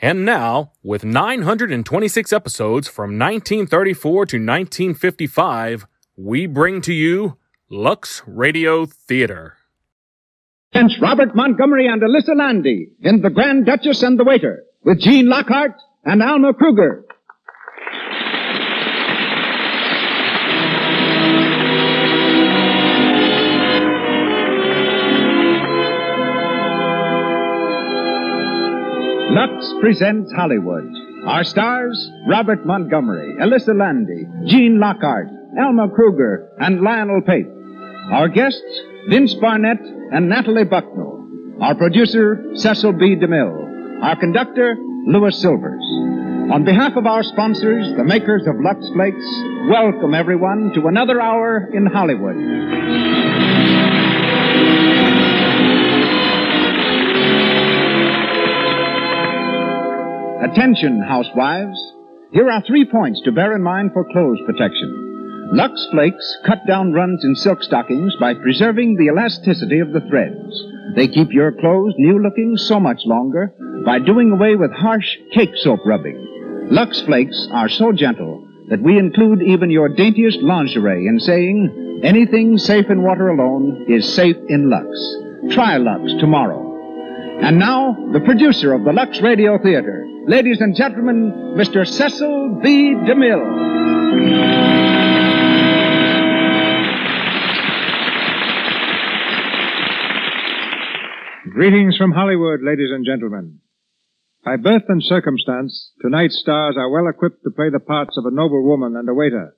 And now, with 926 episodes from 1934 to 1955, we bring to you Lux Radio Theater. Since Robert Montgomery and Alyssa Landy in The Grand Duchess and the Waiter with Gene Lockhart and Alma Kruger. Lux presents Hollywood. Our stars, Robert Montgomery, Alyssa Landy, Gene Lockhart, Alma Kruger, and Lionel Pate. Our guests, Vince Barnett and Natalie Bucknell. Our producer, Cecil B. DeMille. Our conductor, Louis Silvers. On behalf of our sponsors, the makers of Lux Flakes, welcome everyone to another hour in Hollywood. Attention, housewives. Here are three points to bear in mind for clothes protection. Lux Flakes cut down runs in silk stockings by preserving the elasticity of the threads. They keep your clothes new looking so much longer by doing away with harsh cake soap rubbing. Lux Flakes are so gentle that we include even your daintiest lingerie in saying anything safe in water alone is safe in Lux. Try Lux tomorrow. And now, the producer of the Lux Radio Theater, ladies and gentlemen, Mr. Cecil B. DeMille. Greetings from Hollywood, ladies and gentlemen. By birth and circumstance, tonight's stars are well equipped to play the parts of a noble woman and a waiter.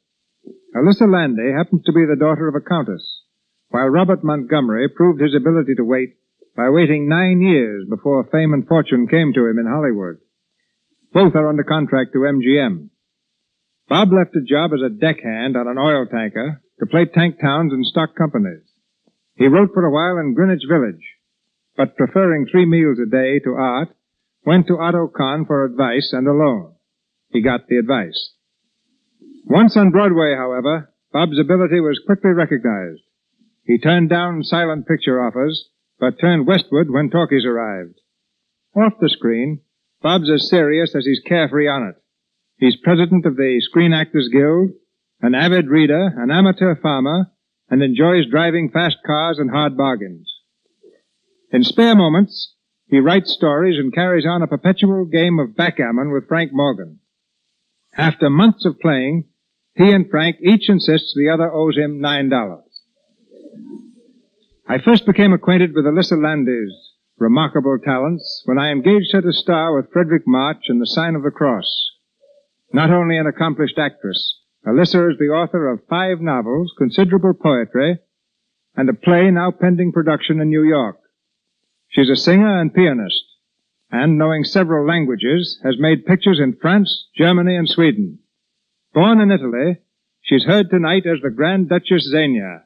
Alyssa Landy happens to be the daughter of a countess, while Robert Montgomery proved his ability to wait by waiting nine years before fame and fortune came to him in Hollywood. Both are under contract to MGM. Bob left a job as a deckhand on an oil tanker to play tank towns and stock companies. He wrote for a while in Greenwich Village, but preferring three meals a day to art, went to Otto Kahn for advice and a loan. He got the advice. Once on Broadway, however, Bob's ability was quickly recognized. He turned down silent picture offers, but turned westward when talkies arrived. Off the screen, Bob's as serious as he's carefree on it. He's president of the Screen Actors Guild, an avid reader, an amateur farmer, and enjoys driving fast cars and hard bargains. In spare moments, he writes stories and carries on a perpetual game of backgammon with Frank Morgan. After months of playing, he and Frank each insists the other owes him nine dollars. I first became acquainted with Alyssa Landy's remarkable talents when I engaged her to star with Frederick March in The Sign of the Cross. Not only an accomplished actress, Alyssa is the author of five novels, considerable poetry, and a play now pending production in New York. She's a singer and pianist, and knowing several languages, has made pictures in France, Germany, and Sweden. Born in Italy, she's heard tonight as the Grand Duchess Xenia,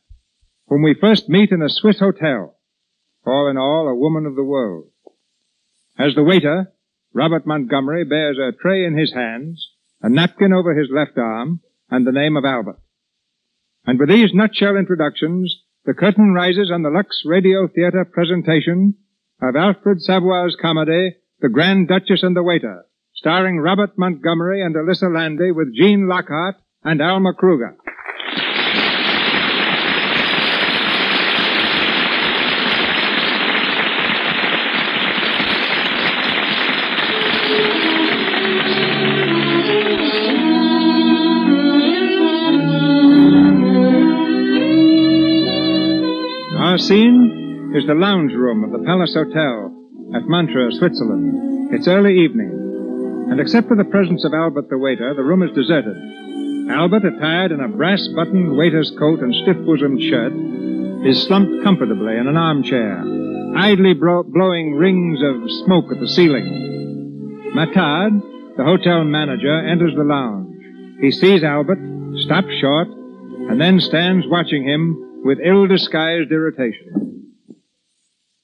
whom we first meet in a Swiss hotel. All in all, a woman of the world. As the waiter, Robert Montgomery bears a tray in his hands, a napkin over his left arm, and the name of Albert. And with these nutshell introductions, the curtain rises on the Lux Radio Theater presentation of Alfred Savoy's comedy, The Grand Duchess and the Waiter, starring Robert Montgomery and Alyssa Landy with Gene Lockhart and Alma Kruger. Our scene is the lounge room of the Palace Hotel at Montreux, Switzerland. It's early evening, and except for the presence of Albert the waiter, the room is deserted. Albert, attired in a brass buttoned waiter's coat and stiff bosomed shirt, is slumped comfortably in an armchair, idly bro- blowing rings of smoke at the ceiling. Matard, the hotel manager, enters the lounge. He sees Albert, stops short, and then stands watching him with ill disguised irritation.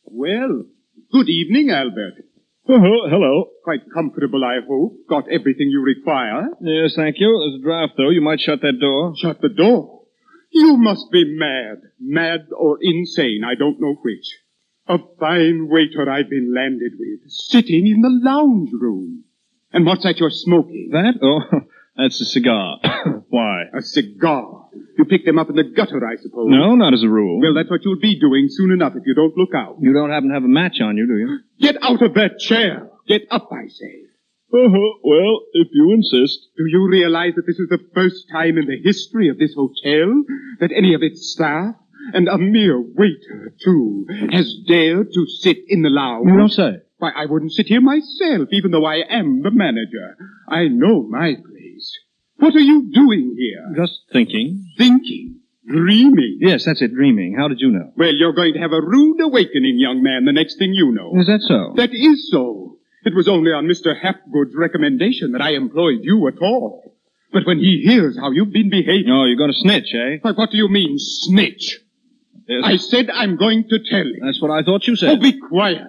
Well, good evening, Albert. Oh, hello. Quite comfortable, I hope. Got everything you require. Oh, Yes, thank you. There's a draft, though. You might shut that door. Shut the door. You must be mad. Mad or insane, I don't know which. A fine waiter I've been landed with, sitting in the lounge room. And what's that you're smoking? That? Oh, that's a cigar. Why? A cigar. You picked them up in the gutter, I suppose. No, not as a rule. Well, that's what you'll be doing soon enough if you don't look out. you don't happen to have a match on you, do you? Get out of that chair. Get up, I say. Oh, well, if you insist. Do you realize that this is the first time in the history of this hotel that any of its staff, and a mere waiter too, has dared to sit in the lounge? You don't say. Why, I wouldn't sit here myself, even though I am the manager. I know my place. What are you doing here? Just thinking. Thinking. Dreaming. Yes, that's it, dreaming. How did you know? Well, you're going to have a rude awakening, young man, the next thing you know. Is that so? That is so. It was only on Mr. Hapgood's recommendation that I employed you at all. But when he hears how you've been behaving, No, you're going to snitch, eh? why, what do you mean, snitch? Yes. I said I'm going to tell him. That's what I thought you Oh, said. be quiet.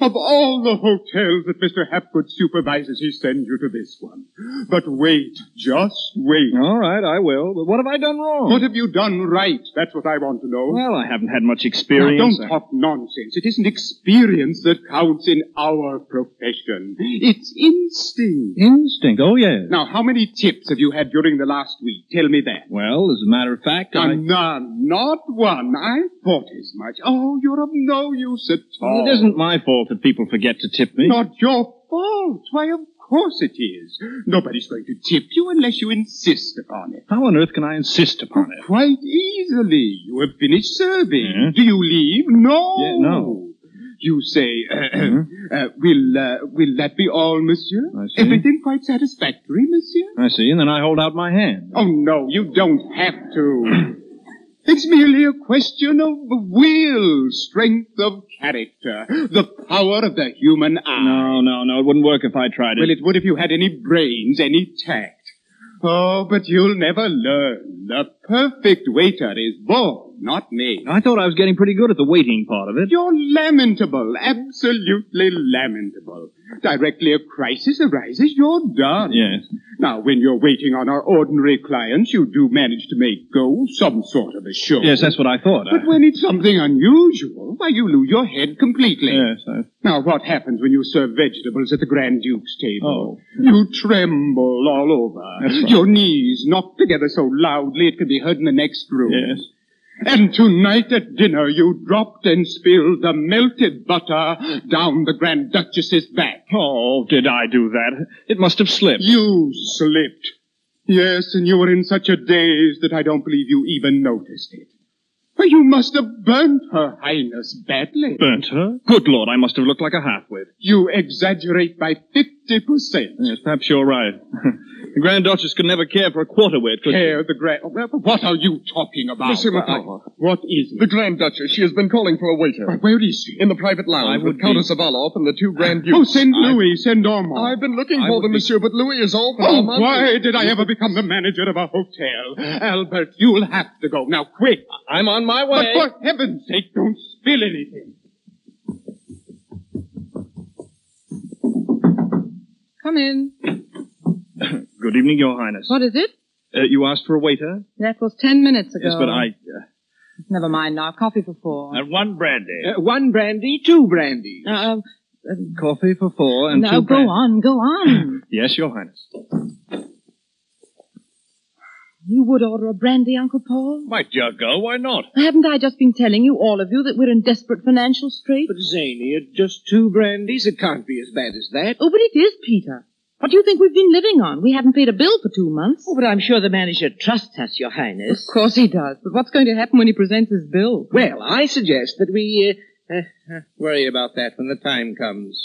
Of all the hotels that Mr. Hapgood supervises, he sends you to this one. But wait, just wait. All right, I will. But what have I done wrong? What have you done right? That's what I want to know. Well, I haven't had much Now, experience. don't talk nonsense. It isn't experience that counts in our profession. It's instinct. Instinct. Oh, yes. Now, how many tips have you had during the last week? Tell me that. Well, as a matter of fact, I... None, not one. I thought as much. Oh, you're of no use at all. Well, It isn't my fault that people forget to tip me. Not your fault. Why, of course it is. Nobody's going to tip you unless you insist upon it. How on earth can I insist upon it? Quite easily. You have finished serving. Yeah. Do you leave? No. Yeah, no. Mm-hmm. You say, uh, will, uh, will that be all, monsieur? I see. Everything quite satisfactory, monsieur? I see, and then I hold out my hand. Oh, no, you don't have to. It's merely a question of will, strength of character, the power of the human eye. No, no, no, it wouldn't work if I tried it. Well, it would if you had any brains, any tact. Oh, but you'll never learn. The perfect waiter is born, not made. I thought I was getting pretty good at the waiting part of it. You're lamentable, absolutely lamentable. Directly a crisis arises, you're done. Yes. Now, when you're waiting on our ordinary clients, you do manage to make go some sort of a show. Yes, that's what I thought. But I- when it's something unusual, why, you lose your head completely. Yes, I... Now, what happens when you serve vegetables at the Grand Duke's table? Oh. You tremble all over. That's right. Your knees knock together so loudly it can be heard in the next room. Yes. And tonight at dinner, you dropped and spilled the melted butter down the Grand Duchess's back. Oh, did I do that? It must have slipped. You slipped. Yes, and you were in such a daze that I don't believe you even noticed it. Why, you must have burnt her highness badly. Burnt her? Good Lord, I must have looked like a half-wit. You exaggerate by 50%. Yes, perhaps you're right. the Grand Duchess could never care for a quarter wit, could she? Care the Oh, grand. What are you talking about? Monsieur Well, Macquart. What is it? The Grand Duchess. She has been calling for a waiter. Where is she? In the private lounge I would with Countess be- Avaloff and the two Grand Dukes. oh, send I- Louis, send Ormond. I've been looking I for would them, be- monsieur, but Louis is off. and Oh, Armand is- why did I ever become the manager of a hotel? Albert, you'll have to go. Now, quick. I'm on my But way. for heaven's sake, don't spill anything. Come in. Good evening, Your Highness. What is it? Uh, you asked for a waiter? That was ten minutes ago. Yes, but I... Uh, Never mind now. Coffee for four. and one brandy. Uh, Uh, one brandy, two brandies. Uh, uh, Coffee for four and no, two go brandies. on, go on. Yes, Your Highness. you would order a brandy, Uncle Paul? My dear girl, why not? Haven't I just been telling you, all of you, that we're in desperate financial straits? Zany, it's just two brandies. It can't be as bad as that. Oh, but it is, Peter. What do you think we've been living on? We haven't paid a bill for two months. Oh, but I'm sure the manager trusts us, Your of Highness. course he does. But what's going to happen when he presents his bill? Well, I suggest that we uh, uh, uh, worry about that when the time comes.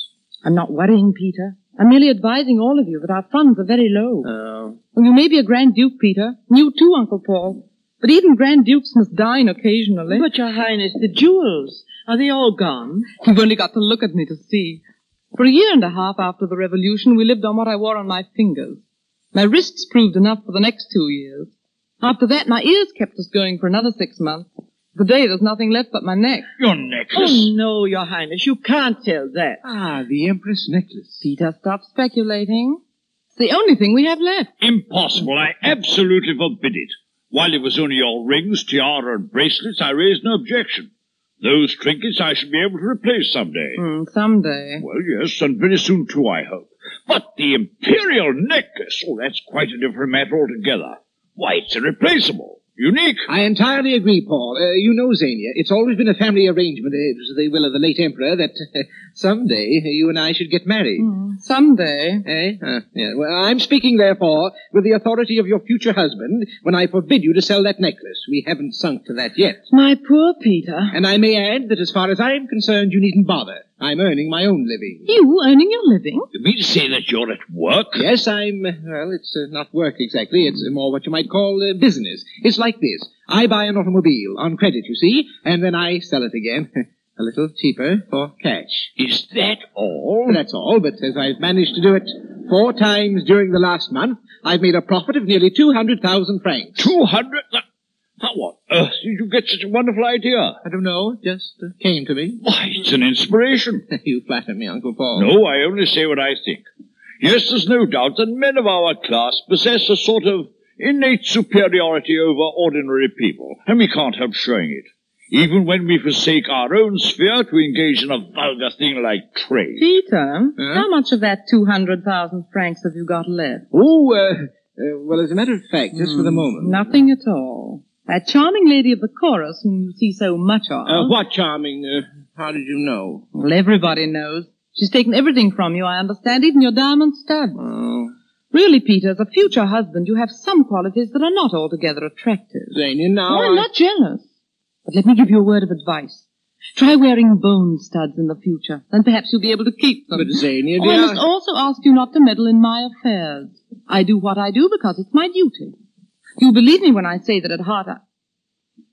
I'm not worrying, Peter. I'm merely advising all of you that our funds are very low. Oh. Well, you may be a Grand Duke, Peter. and You too, Uncle Paul. But even Grand Dukes must dine occasionally. But, Your Highness, the jewels, are they all gone? You've only got to look at me to see. For a year and a half after the revolution, we lived on what I wore on my fingers. My wrists proved enough for the next two years. After that, my ears kept us going for another six months. Today, there's nothing left but my neck. Your necklace. Oh, no, Your Highness, you can't tell that. Ah, the Empress necklace. Peter, stop speculating. It's the only thing we have left. Impossible. I absolutely forbid it. While it was only your rings, tiara, and bracelets, I raised no objection. Those trinkets I shall be able to replace someday. Hmm, someday. Well, yes, and very soon too, I hope. But the imperial necklace, oh, that's quite a different matter altogether. Why, it's irreplaceable, unique. I entirely agree, Paul. Uh, you know, Xenia, it's always been a family arrangement, it was the will of the late Emperor, that uh, someday you and I should get married. Someday. Eh? Ah, yeah. Well, I'm speaking, therefore, with the authority of your future husband when I forbid you to sell that necklace. We haven't sunk to that yet. My poor Peter. And I may add that as far as I'm concerned, you needn't bother. I'm earning my own living. You earning your living? You mean to say that you're at work? Yes, I'm. uh, Well, it's uh, not work exactly. It's uh, more what you might call uh, business. It's like this I buy an automobile on credit, you see, and then I sell it again. A little cheaper for cash. Is that all? That's all, but as I've managed to do it four times during the last month, I've made a profit of nearly 200,000 francs. Two hundred? How on earth did you get such a wonderful idea? I don't know, just uh, came to me. Why, it's an inspiration. you flatter me, Uncle Paul. No, I only say what I think. Yes, there's no doubt that men of our class possess a sort of innate superiority over ordinary people, and we can't help showing it. Even when we forsake our own sphere to engage in a vulgar thing like trade. Peter, how much of that 200,000 francs have you got left? Oh, uh, uh, well, as a matter of fact, just Hmm. for the moment. Nothing at all. That charming lady of the chorus whom you see so much of. Uh, what charming? Uh, how did you know? Well, everybody knows. She's taken everything from you, I understand, even your diamond stud. Oh, Really, Peter, as a future husband, you have some qualities that are not altogether attractive. Zania, now. Oh, I'm I- not jealous. But let me give you a word of advice. Try wearing bone studs in the future, and perhaps you'll be able to keep them. But Zania, Oh, I dear. must also ask you not to meddle in my affairs. I do what I do because it's my duty. You believe me when I say that at heart I...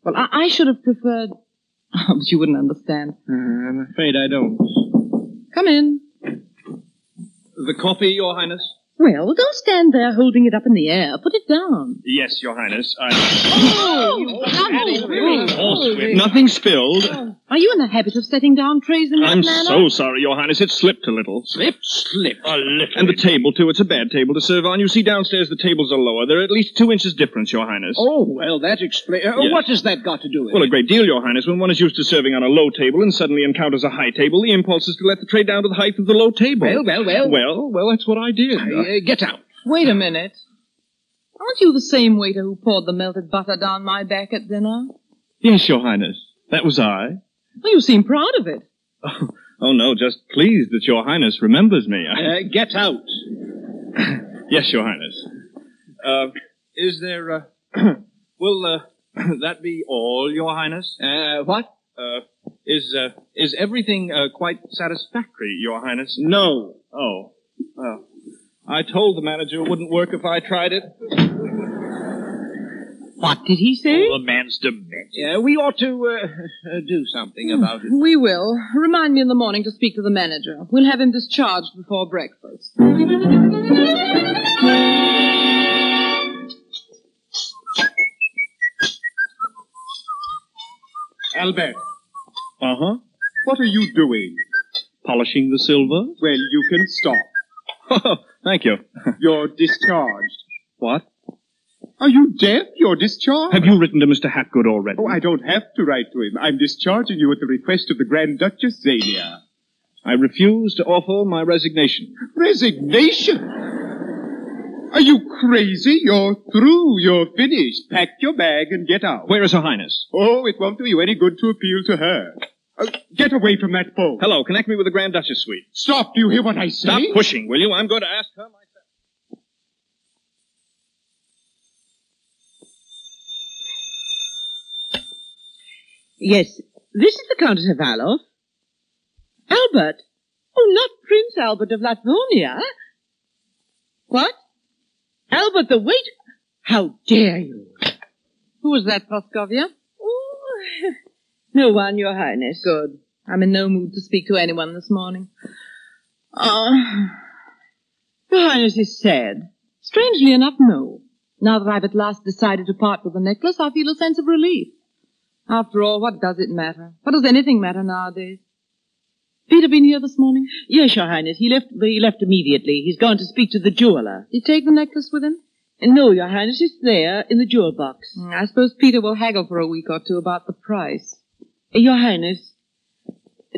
Well, I, I should have preferred... Oh, but you wouldn't understand. Uh, I'm afraid I don't. Come in. The coffee, Your Highness? Well, don't stand there holding it up in the air. Put it down. Yes, Your Highness. I... Oh, you lovely. Nothing spilled. Oh, Oh. Are you in the habit of setting down trays in that manner? sorry, Your Highness. It slipped a little. Slipped? Slipped. A little. And the table, too. It's a bad table to serve on. You see, downstairs the tables are lower. They're at least two inches difference, Your Highness. Oh, well, that explains. Yes. What has that got to do with Well, a it? great deal, Your Highness. When one is used to serving on a low table and suddenly encounters a high table, the impulse is to let the tray down to the height of the low table. Well, well, well. Well, well, that's what I did. Uh, get out. Wait a minute. Aren't you the same waiter who poured the melted butter down my back at dinner? Yes, Your Highness. That was I. Well, you seem proud of it. Oh, no, just pleased that Your Highness remembers me. Uh, get out. yes, Your Highness. Uh, is there, uh, will, uh, that be all, Your Highness? Uh, what? Uh, is, uh, is everything, uh, quite satisfactory, Your Highness? No. Oh. Well, I told the manager it wouldn't work if I tried it. What did he say? The man's demented. Yeah, we ought to uh, uh, do something Hmm. about it. We will. Remind me in the morning to speak to the manager. We'll have him discharged before breakfast. Albert, Uh huh. what are you doing? Polishing the silver? Well, you can stop. Thank you. You're discharged. What? Are you deaf? You're discharged. Have you written to Mr. Hapgood already? Oh, I don't have to write to him. I'm discharging you at the request of the Grand Duchess Xenia. I refuse to offer my resignation. Resignation? Are you crazy? You're through. You're finished. Pack your bag and get out. Where is Her Highness? Oh, it won't do you any good to appeal to her. Uh, get away from that phone. Hello, connect me with the Grand Duchess suite. Stop. Do you hear what I say? Stop pushing, will you? I'm going to ask her myself. Yes, this is the Countess of Valoff. Albert? Oh, not Prince Albert of Latvonia. What? Albert the waiter? How dare you? Who was that, Praskovia? Oh, no one, Your Highness. Good. I'm in no mood to speak to anyone this morning. Ah, Your Highness is sad. Strangely enough, no. Now that I've at last decided to part with the necklace, I feel a sense of relief. After all, what does it matter? What does anything matter nowadays? Peter been here this morning? Yes, Your Highness. He left, he left immediately. He's gone to speak to the jeweler. Did he take the necklace with him? No, Your Highness. It's there in the jewel box. Mm, I suppose Peter will haggle for a week or two about the price. Uh, Your Highness,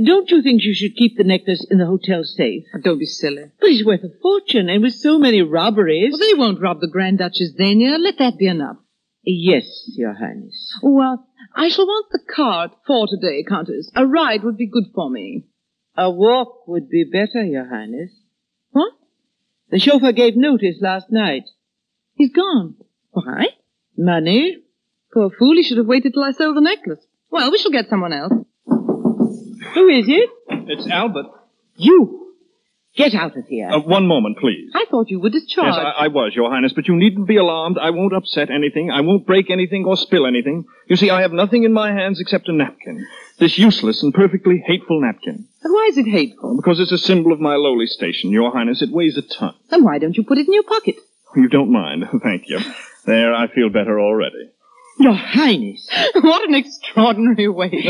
don't you think you should keep the necklace in the hotel safe? Oh, Don't be silly. But it's worth a fortune, and with so many robberies. Well, they won't rob the Grand Duchess Dania. Let that be enough. Yes, Your Highness. Well, I shall want the car at four today, Countess. A ride would be good for me. A walk would be better, Your Highness. What? The chauffeur gave notice last night. He's gone. Why? Money. Poor fool, he should have waited till I sold the necklace. Well, we shall get someone else. Who is it? It's Albert. You. Get out of here. Uh, one moment, please. I thought you were discharged. Yes, I, I was, Your Highness, but you needn't be alarmed. I won't upset anything. I won't break anything or spill anything. You see, I have nothing in my hands except a napkin. This useless and perfectly hateful napkin. Oh, But why is it hateful? Because it's a symbol of my lowly station, Your Highness. It weighs a ton. Then why don't you put it in your pocket? You don't mind. Thank you. There, I feel better already. Your Highness. what an extraordinary way.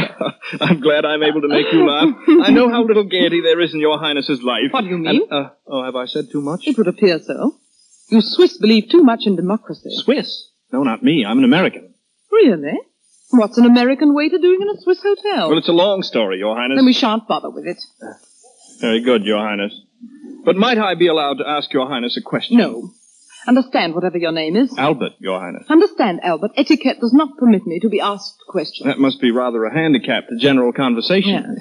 I'm glad I'm able to make you laugh. I know how little gaiety there is in Your Highness's life. What do you mean? And, uh, oh, have I said too much? It would appear so. You Swiss believe too much in democracy. Swiss? No, not me. I'm an American. Really? What's an American waiter doing in a Swiss hotel? Well, it's a long story, Your Highness. then we shan't bother with it. Very good, Your Highness. But might I be allowed to ask Your Highness a question? No. Understand whatever your name is. Albert, Your Highness. Understand, Albert, etiquette does not permit me to be asked questions. That must be rather a handicap to general conversation.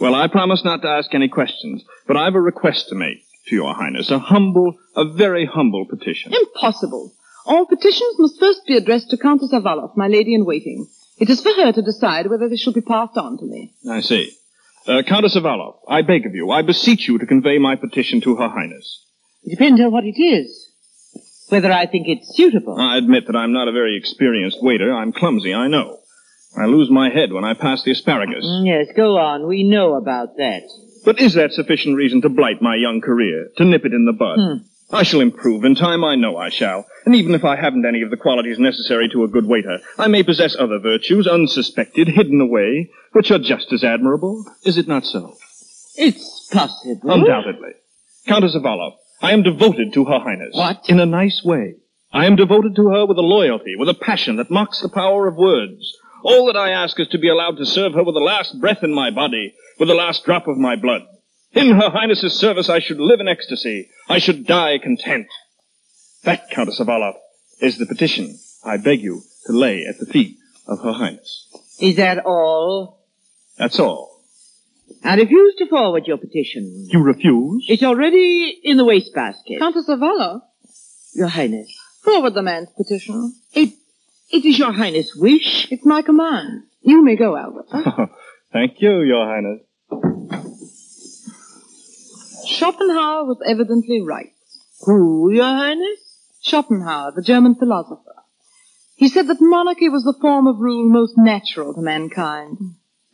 Well, I promise not to ask any questions, but I've a request to make to Your Highness. A humble, a very humble petition. Impossible. All petitions must first be addressed to Countess Avalov, my lady in waiting. It is for her to decide whether they shall be passed on to me. I see. Uh, Countess Avalov, I beg of you, I beseech you to convey my petition to Her Highness. It depends on what it is. Whether I think it's suitable. I admit that I'm not a very experienced waiter. I'm clumsy, I know. I lose my head when I pass the asparagus. Yes, go on. We know about that. But is that sufficient reason to blight my young career, to nip it in the Hmm. bud? Hmm. I shall improve in time, I know I shall. And even if I haven't any of the qualities necessary to a good waiter, I may possess other virtues, unsuspected, hidden away, which are just as admirable. Is it not so? It's possible. Undoubtedly. Countess Avalov, I am devoted to Her Highness. What? In a nice way. I am devoted to her with a loyalty, with a passion that mocks the power of words. All that I ask is to be allowed to serve her with the last breath in my body, with the last drop of my blood. In Her Highness's service, I should live in ecstasy. I should die content. That, Countess Avalov, is the petition I beg you to lay at the feet of Her Highness. Is that all? That's all. I refuse to forward your petition. You refuse? It's already in the wastebasket. Countess Avalov, Your Highness. forward the man's petition. It, it is Your Highness' wish. It's my command. You may go, Albert. Thank you, Your Highness. Schopenhauer was evidently right. Who, Your Highness? Schopenhauer, the German philosopher. He said that monarchy was the form of rule most natural to mankind.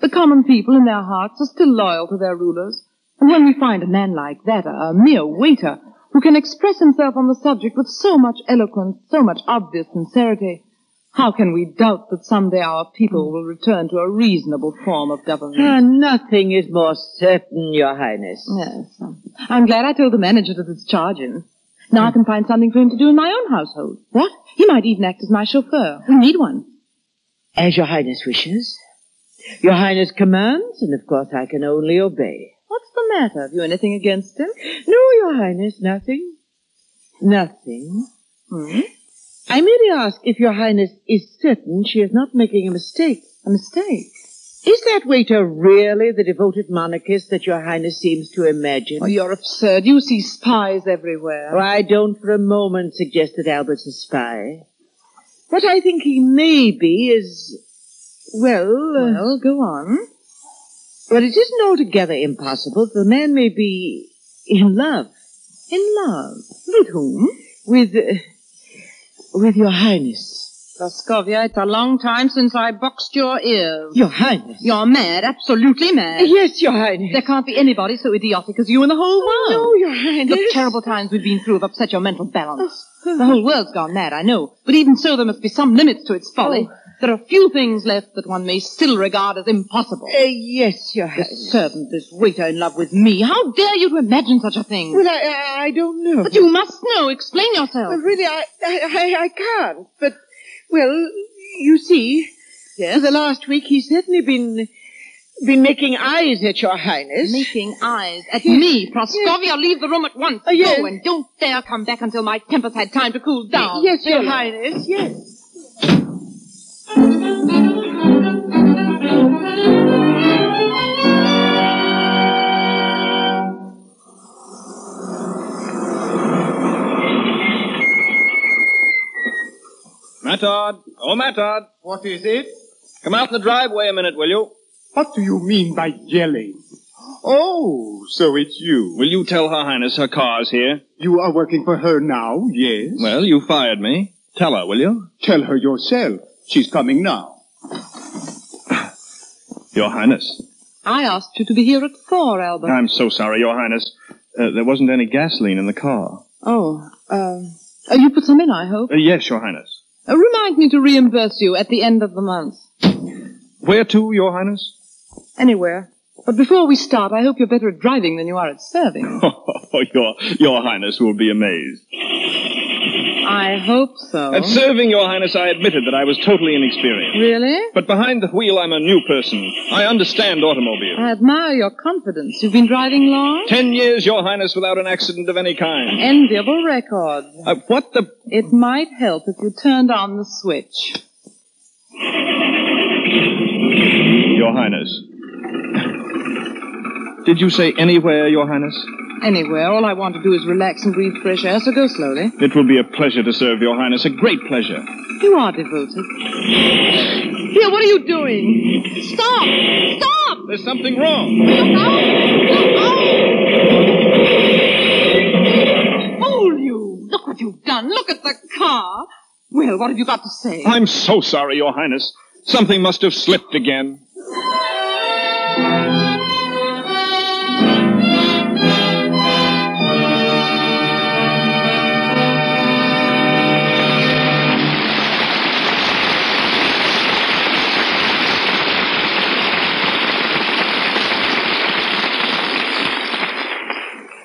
The common people in their hearts are still loyal to their rulers, and when we find a man like that, a mere waiter, who can express himself on the subject with so much eloquence, so much obvious sincerity, how can we doubt that someday our people will return to a reasonable form of Ah, government? nothing is more certain, Your Highness. Yes. I'm glad I told the manager to discharge him. Now I can find something for him to do in my own household. What? He might even act as my chauffeur. We need one. As Your Highness wishes. Your Highness commands, and of course I can only obey. What's the matter? Have you anything against him? No, Your Highness, nothing. Nothing. Hmm? I merely ask if Your Highness is certain she is not making a mistake. A mistake. Is that waiter really the devoted monarchist that Your Highness seems to imagine? Oh, you're absurd. You see spies everywhere. Oh, I don't for a moment suggest that Albert's a spy. What I think he may be is, well, uh, Well, go on. well, it isn't altogether impossible that the man may be in love In love. With whom? with, uh, with Your Highness. Praskovia, it's a long time since I boxed your ears. Your Highness. You're mad, absolutely mad. Yes, Your Highness. Oh, There can't be anybody so idiotic as you in the whole world. no, Your Highness. The terrible times we've been through have upset your mental balance. The whole world's gone mad, I know. But even so, there must be some limits to its Oh. folly. There are few things left that one may still regard as impossible. Uh, yes, Your This servant, this waiter in love with me. How dare you to imagine such a thing? Well, I, I, I don't know. But you must know. Explain yourself. Well, really, I, I, I, I can't. But, well, you see, yes. the last week he's certainly been been making eyes at Your Highness. Making eyes at me, Praskovia, leave the room at once. Oh, yes. Go and don't dare come back until my temper's had time to cool down. Yes, Your Really. Highness. Yes. Matard! Oh, Matard! What is it? Come out in the driveway a minute, will you? What do you mean by yelling? Oh, so it's you. Will you tell Her Highness her car's here? You are working for her now, yes? Well, you fired me. Tell her, will you? Tell her yourself. She's coming now. Your Highness. I asked you to be here at four, Albert. I'm so sorry, Your Highness. Uh, there wasn't any gasoline in the car. Oh, um, uh, you put some in, I hope. Uh, yes, Your Highness. Uh, remind me to reimburse you at the end of the month. Where to, Your Highness? Anywhere. But before we start, I hope you're better at driving than you are at serving. Oh, Your, Your Highness will be amazed. I hope so. At serving, Your Highness, I admitted that I was totally inexperienced. Really? But behind the wheel, I'm a new person. I understand automobiles. I admire your confidence. You've been driving long? Ten years, Your Highness, without an accident of any kind. Enviable record. Uh, what the... It might help if you turned on the switch. Your Highness. Did you say anywhere, Your Highness? Anywhere, all I want to do is relax and breathe fresh air, so go slowly. It will be a pleasure to serve, Your Highness, a great pleasure. You are devoted. Here, what are you doing? Stop! Stop! There's something wrong. Look out! Look out! Fool you! Look what you've done. Look at the car. Well, what have you got to say? I'm so sorry, Your Highness. Something must have slipped again.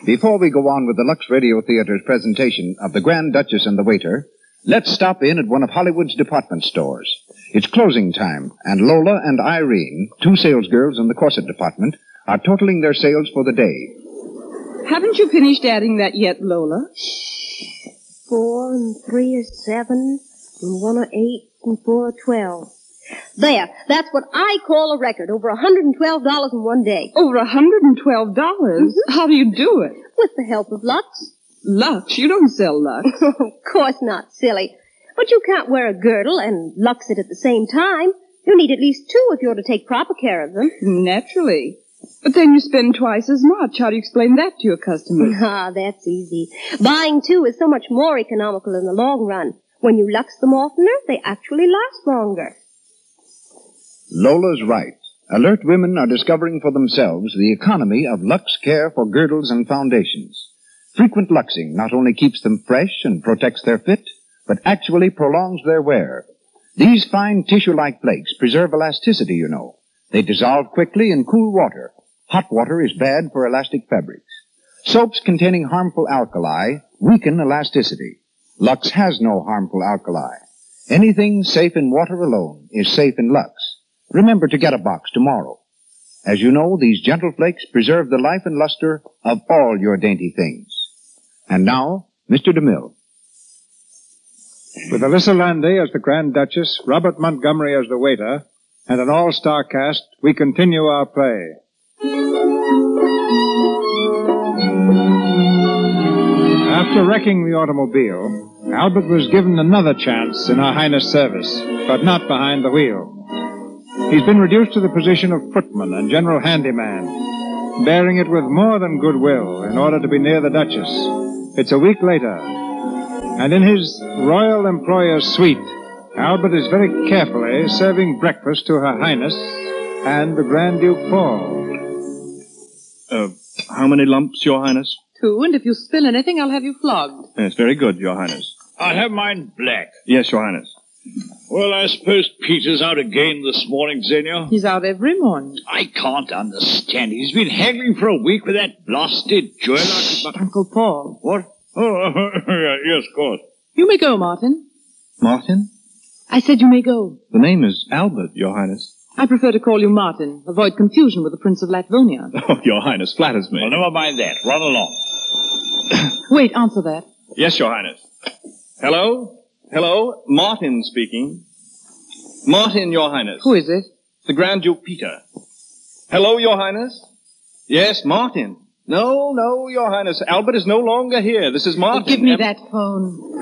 Before we go on with the Lux Radio Theater's presentation of The Grand Duchess and the Waiter, let's stop in at one of Hollywood's department stores. It's closing time, and Lola and Irene, two salesgirls in the corset department, are totaling their sales for the day. Haven't you finished adding that yet, Lola? Four and three are seven, and one are eight, and four are twelve. There, that's what I call a record. Over a $112 in one day. Mm-hmm. Over a $112? dollars How do you do it? With the help of Lux. Lux. You don't sell Lux. of course not, silly. But you can't wear a girdle and Lux it at the same time. You need at least two if you're to take proper care of them. Naturally. But then you spend twice as much. How do you explain that to your customers? Ah, that's easy. Buying two is so much more economical in the long run. When you lux them oftener, they actually last longer. Lola's right. Alert women are discovering for themselves the economy of Lux Care for girdles and foundations. Frequent luxing not only keeps them fresh and protects their fit, but actually prolongs their wear. These fine tissue-like flakes preserve elasticity, you know. They dissolve quickly in cool water. Hot water is bad for elastic fabrics. Soaps containing harmful alkali weaken elasticity. Lux has no harmful alkali. Anything safe in water alone is safe in Lux. Remember to get a box tomorrow. As you know, these gentle flakes preserve the life and luster of all your dainty things. And now, Mr. DeMille. With Alyssa Landy as the Grand Duchess, Robert Montgomery as the waiter, and an all-star cast, we continue our play. After wrecking the automobile, Albert was given another chance in Her Highness service, but not behind the wheel. He's been reduced to the position of footman and general handyman, bearing it with more than goodwill in order to be near the Duchess. It's a week later, and in his royal employer's suite, Albert is very carefully serving breakfast to Her Highness and the Grand Duke Paul. Uh, how many lumps, Your Highness? Two, and if you spill anything, I'll have you flogged. Yes, very good, Your Highness. I'll have mine black. Yes, Your Highness. Well, I suppose Peter's out again this morning, Xenia. He's out every morning. I can't understand. He's been haggling for a week with that blasted joylock. of my- Uncle Paul. What? Oh, yes, of course. You may go, Martin. Martin? I said you may go. The name is Albert, Your Highness. I prefer to call you Martin. Avoid confusion with the Prince of Latvonia. Oh, Your Highness flatters me. Well, never mind that. Run along. Wait, answer that. Yes, Your Highness. Hello? Hello? Martin speaking. Martin, Your Highness. Who is it? The Grand Duke Peter. Hello, Your Highness? Yes, Martin. No, no, Your Highness. Albert is no longer here. This is Martin. Give me Em- that phone.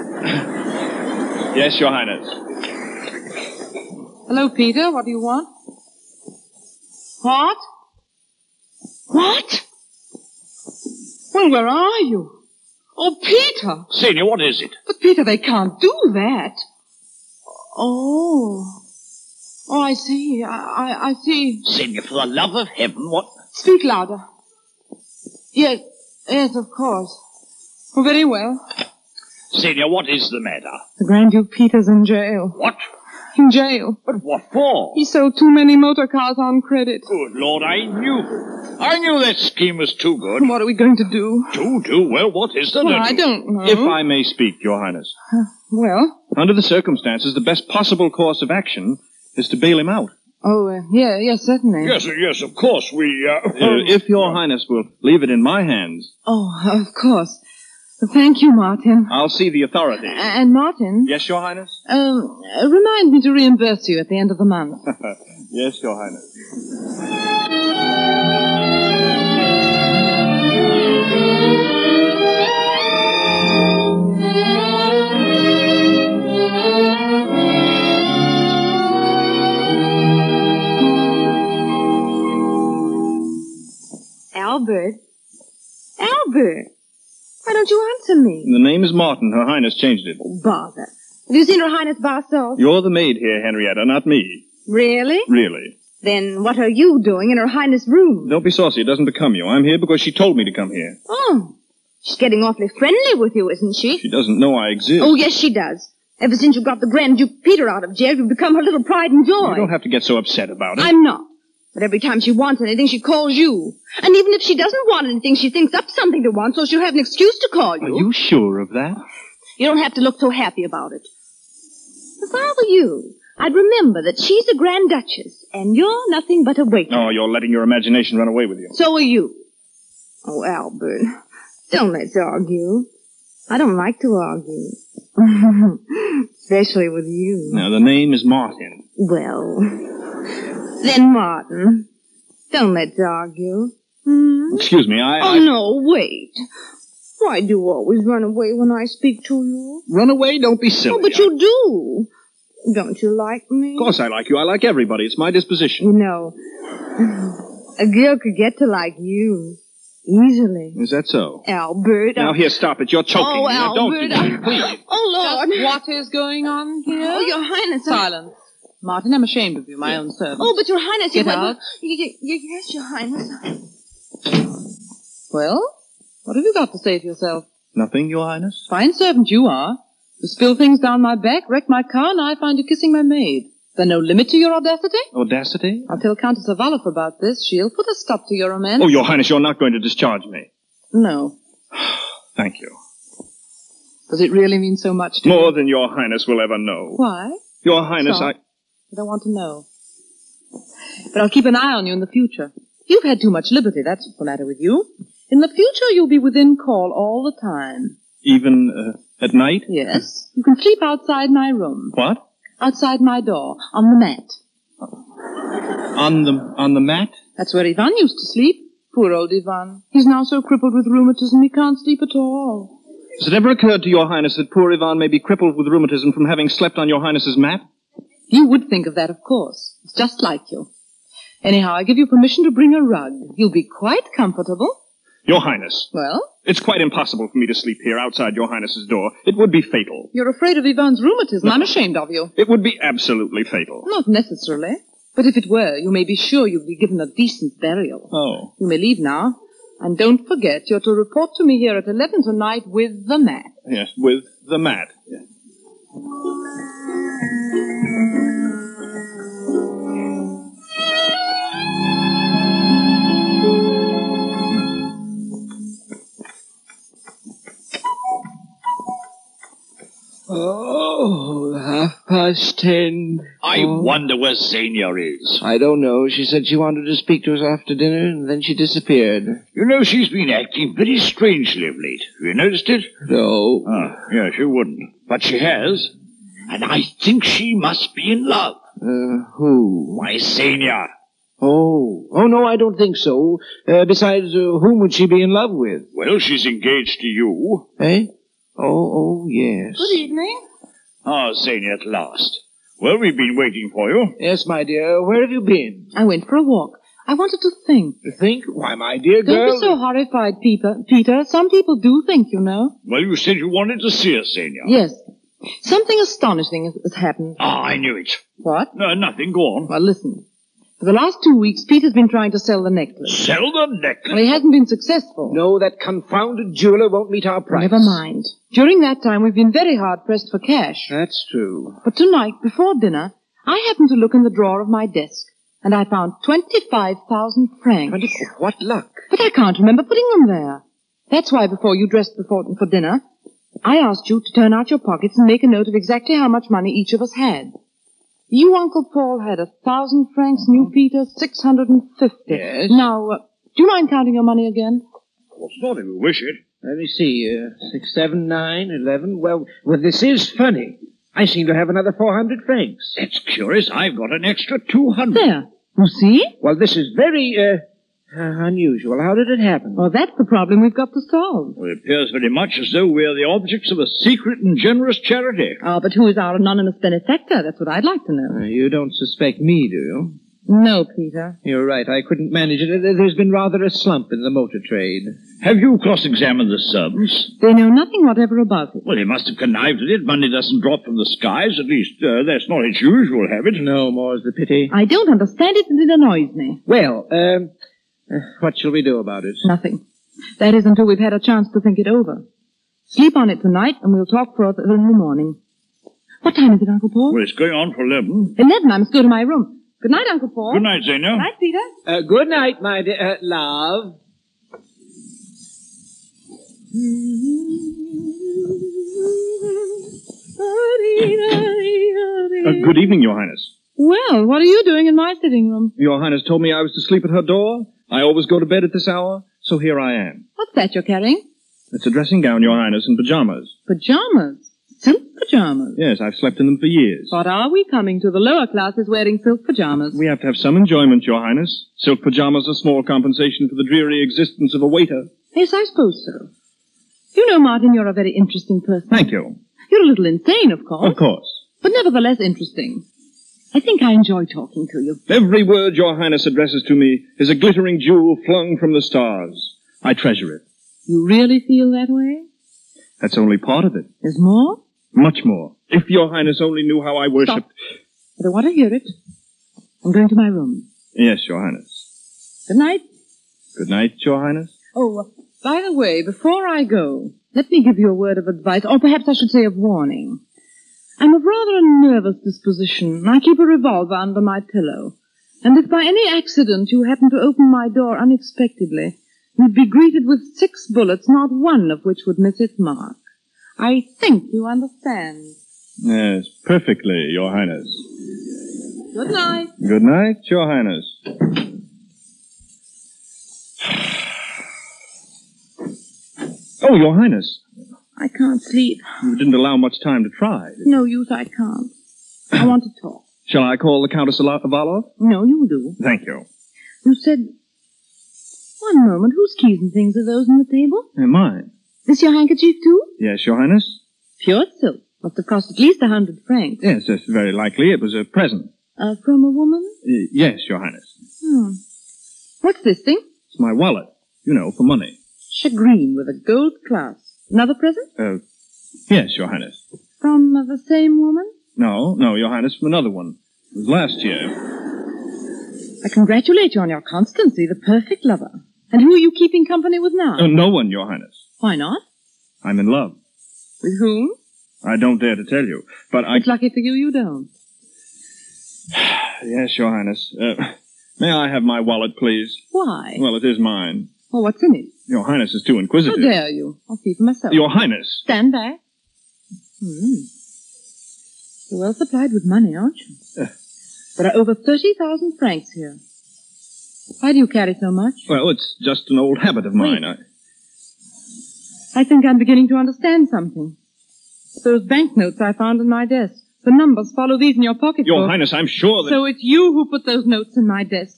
Yes, Your Highness. Hello, Peter. What do you want? What? What? Well, where are you? Oh, Peter! Xenia, what is it? But, Peter, they can't do that. Oh. Oh, I see. I, I, I see. Xenia, for the love of heaven, what? Speak louder. Yes, yes, of course. Oh, very well. Xenia, what is the matter? The Grand Duke Peter's in jail. What? In jail. But what for? He sold too many motor cars on credit. Good Lord, I knew. I knew that scheme was too good. What are we going to do? Too, too well. What is there? Well, to I do? don't know. If I may speak, Your Highness. Well, Under the circumstances, the best possible course of action is to bail him out. oh, uh, yeah, yeah, certainly. Yes, yes, of course we. Uh... Uh, if Your Highness will leave it in my hands, Oh, of course. Thank you, Martin. I'll see the authorities. And Martin, Yes, Your Highness? um, remind me to reimburse you at the end of the month. yes, Your Highness. Albert? Albert! Why don't you answer me? The name is Martin. Her Highness changed it. Bother. Have you seen Her Highness by herself? You're the maid here, Henrietta, not me. Really? Really. Then what are you doing in Her Highness' room? Don't be saucy. It doesn't become you. I'm here because she told me to come here. Oh, she's getting awfully friendly with you, isn't she? She doesn't know I exist. Oh, yes, she does. Ever since you got the Grand Duke Peter out of jail, you've become her little pride and joy. You don't have to get so upset about it. I'm not. But every time she wants anything, she calls you. And even if she doesn't want anything, she thinks up something to want, so she'll have an excuse to call you. Are you sure of that? You don't have to look so happy about it. If I were you, I'd remember that she's a Grand Duchess, and you're nothing but a waiter. Oh, you're letting your imagination run away with you. So are you. Oh, Albert, don't let's argue. I don't like to argue. Especially with you. Now, the name is Martin. Well, then, Martin, don't let's argue. Hmm? Excuse me, I... Oh, I... no, wait. Why do you always run away when I speak to you? Run away? Don't be silly. Oh, but you do. Don't you like me? Of course I like you. I like everybody. It's my disposition. You know, a girl could get to like you easily. Is that so? Albert. Now, I- here, stop it. You're choking. Oh, Now, don't do Albert, that. I- Oh, Lord. Just what is going on here? Oh, Your Highness. I- Silence. Martin, I'm ashamed of you, my own servant. Oh, but Your Highness. you Get wouldn't- out. Y- y- y- yes, Your Highness. Well, what have you got to say to yourself? Nothing, Your Highness? Fine servant you are. You spill things down my back, wreck my car, and I find you kissing my maid. There no limit to your audacity? Audacity? I'll tell Countess Avalov about this. She'll put a stop to your romance. Oh, Your Highness, you're not going to discharge me. No. Thank you. Does it really mean so much to you? More than Your Highness will ever know. Why? Your Highness, Stop. I... I don't want to know. But I'll keep an eye on you in the future. You've had too much liberty, that's what's the matter with you. In the future, you'll be within call all the time. Even uh, at night? Yes. You can sleep outside my room, What? outside my door, on the mat. On the on the mat? That's where Ivan used to sleep. Poor old Ivan. He's now so crippled with rheumatism he can't sleep at all. Has it ever occurred to Your Highness that poor Ivan may be crippled with rheumatism from having slept on Your Highness's mat? You would think of that, of course. It's just like you. Anyhow, I give you permission to bring a rug. You'll be quite comfortable. Your Highness. Well? It's quite impossible for me to sleep here outside Your Highness's door. It would be fatal. You're afraid of Ivan's rheumatism. I'm ashamed of you. It would be absolutely fatal. Not necessarily. But if it were, you may be sure you'd be given a decent burial. Oh. You may leave now. And don't forget, you're to report to me here at 11 tonight with the man. Yes, with the mat. Oh, half past ten. I Oh. wonder where Xenia is. I don't know. She said she wanted to speak to us after dinner, and then she disappeared. You know, she's been acting very strangely of late. Have you noticed it? No. Ah, yes, you wouldn't. But she has. And I think she must be in love. Uh, who? Why, Xenia. Oh, oh no, I don't think so. Uh, besides, uh, whom would she be in love with? Well, she's engaged to you. Eh? Oh, oh, yes. Good evening. Ah, Xenia, at last. Well, we've been waiting for you. Yes, my dear. Where have you been? I went for a walk. I wanted to think. Think? Why, my dear Don't girl. be so horrified, Peter. Peter, some people do think, you know. Well, you said you wanted to see her, Xenia. Yes. Something astonishing has, has happened. Ah, I knew it. What? No, nothing. Go on. Well, listen. For the last two weeks, Peter's been trying to sell the necklace. Sell the necklace? Well, he hasn't been successful. No, that confounded jeweler won't meet our price. Never mind. During that time, we've been very hard pressed for cash. That's true. But tonight, before dinner, I happened to look in the drawer of my desk, and I found 25,000 francs. What luck. But I can't remember putting them there. That's why before you dressed before, for dinner, I asked you to turn out your pockets and make a note of exactly how much money each of us had. You, Uncle Paul, had a thousand francs, new Peter, 650. Yes. Now, uh, do you mind counting your money again? Well, it's not if you wish it. Let me see. Uh, six, seven, nine, eleven. Well, well, this is funny. I seem to have another four hundred francs. That's curious. I've got an extra two hundred. There. You see? Well, this is very uh, uh, unusual. How did it happen? Well, that's the problem we've got to solve. Well, it appears very much as though we are the objects of a secret and generous charity. Ah, but who is our anonymous benefactor? That's what I'd like to know. Uh, You don't suspect me, do you? No, Peter. You're right. I couldn't manage it. There- There's been rather a slump in the motor trade. Have you cross-examined the servants? They know nothing whatever about it. Well, they must have connived at it. Money doesn't drop from the skies. At least uh, that's not its usual habit. No, more's the pity. I don't understand it, and it annoys me. Well, um, uh, what shall we do about it? Nothing. That is until we've had a chance to think it over. Sleep on it tonight, and we'll talk further in the morning. What time is it, Uncle Paul? Well, it's going on for eleven. Eleven. I must go to my room. Good night, Uncle Paul. Good night, Zeno. Good night, Peter. Uh, good night, my dear uh, love. Uh, good evening, Your Highness. Well, what are you doing in my sitting room? Your Highness told me I was to sleep at her door. I always go to bed at this hour, so here I am. What's that you're carrying? It's a dressing gown, Your Highness, and pajamas. Pajamas. Silk pajamas. Yes, I've slept in them for years. What are we coming to? The lower classes wearing silk pajamas. We have to have some enjoyment, Your Highness. Silk pajamas are small compensation for the dreary existence of a waiter. Yes, I suppose so. You know, Martin, you're a very interesting person. Thank you. You're a little insane, of course. Of course. But nevertheless interesting. I think I enjoy talking to you. Every word Your Highness addresses to me is a glittering jewel flung from the stars. I treasure it. You really feel that way? That's only part of it. There's more? Much more. If Your Highness only knew how I worship. Stop. I don't want to hear it. I'm going to my room. Yes, Your Highness. Good night. Good night, Your Highness. Oh, by the way, before I go, let me give you a word of advice, or perhaps I should say of warning. I'm of rather a nervous disposition. I keep a revolver under my pillow. And if by any accident you happen to open my door unexpectedly, you'd be greeted with six bullets, not one of which would miss its mark. I think you understand. Yes, perfectly, Your Highness. Good night. Good night, Your Highness. Oh, Your Highness. I can't sleep. You didn't allow much time to try. No use, I can't. I want to talk. Shall I call the Countess Ala- Avalov? No, you do. Thank you. You said. One moment, whose keys and things are those on the table? And mine? This your handkerchief, too? Yes, Your Highness? Pure silk. Must have cost at least a hundred francs. Yes, that's very likely. It was a present. Uh, from a woman? Y- yes, Your Highness. Hmm. What's this thing? It's my wallet. You know, for money. Shagreen with a gold clasp. Another present? Uh, yes, Your Highness. From the same woman? No, no, Your Highness, from another one. It was last year. I congratulate you on your constancy, the perfect lover. And who are you keeping company with now? Uh, no one, Your Highness. Why not? I'm in love. With whom? I don't dare to tell you, but I. It's lucky for you you don't. Yes, Your Highness. Uh, may I have my wallet, please? Why? Well, it is mine. Well, what's in it? Your Highness is too How inquisitive. dare you? I'll see for myself. Uh, Your Highness. Stand back. Hmm. You're well supplied with money, aren't you? Uh. There are over 30,000 francs here. Why do you carry so much? Well, it's just an old habit of mine. I... I think I'm beginning to understand something. Those banknotes I found in my desk. The numbers follow these in your pocketbook. Your Highness, I'm sure that. So it's you who put those notes in my desk.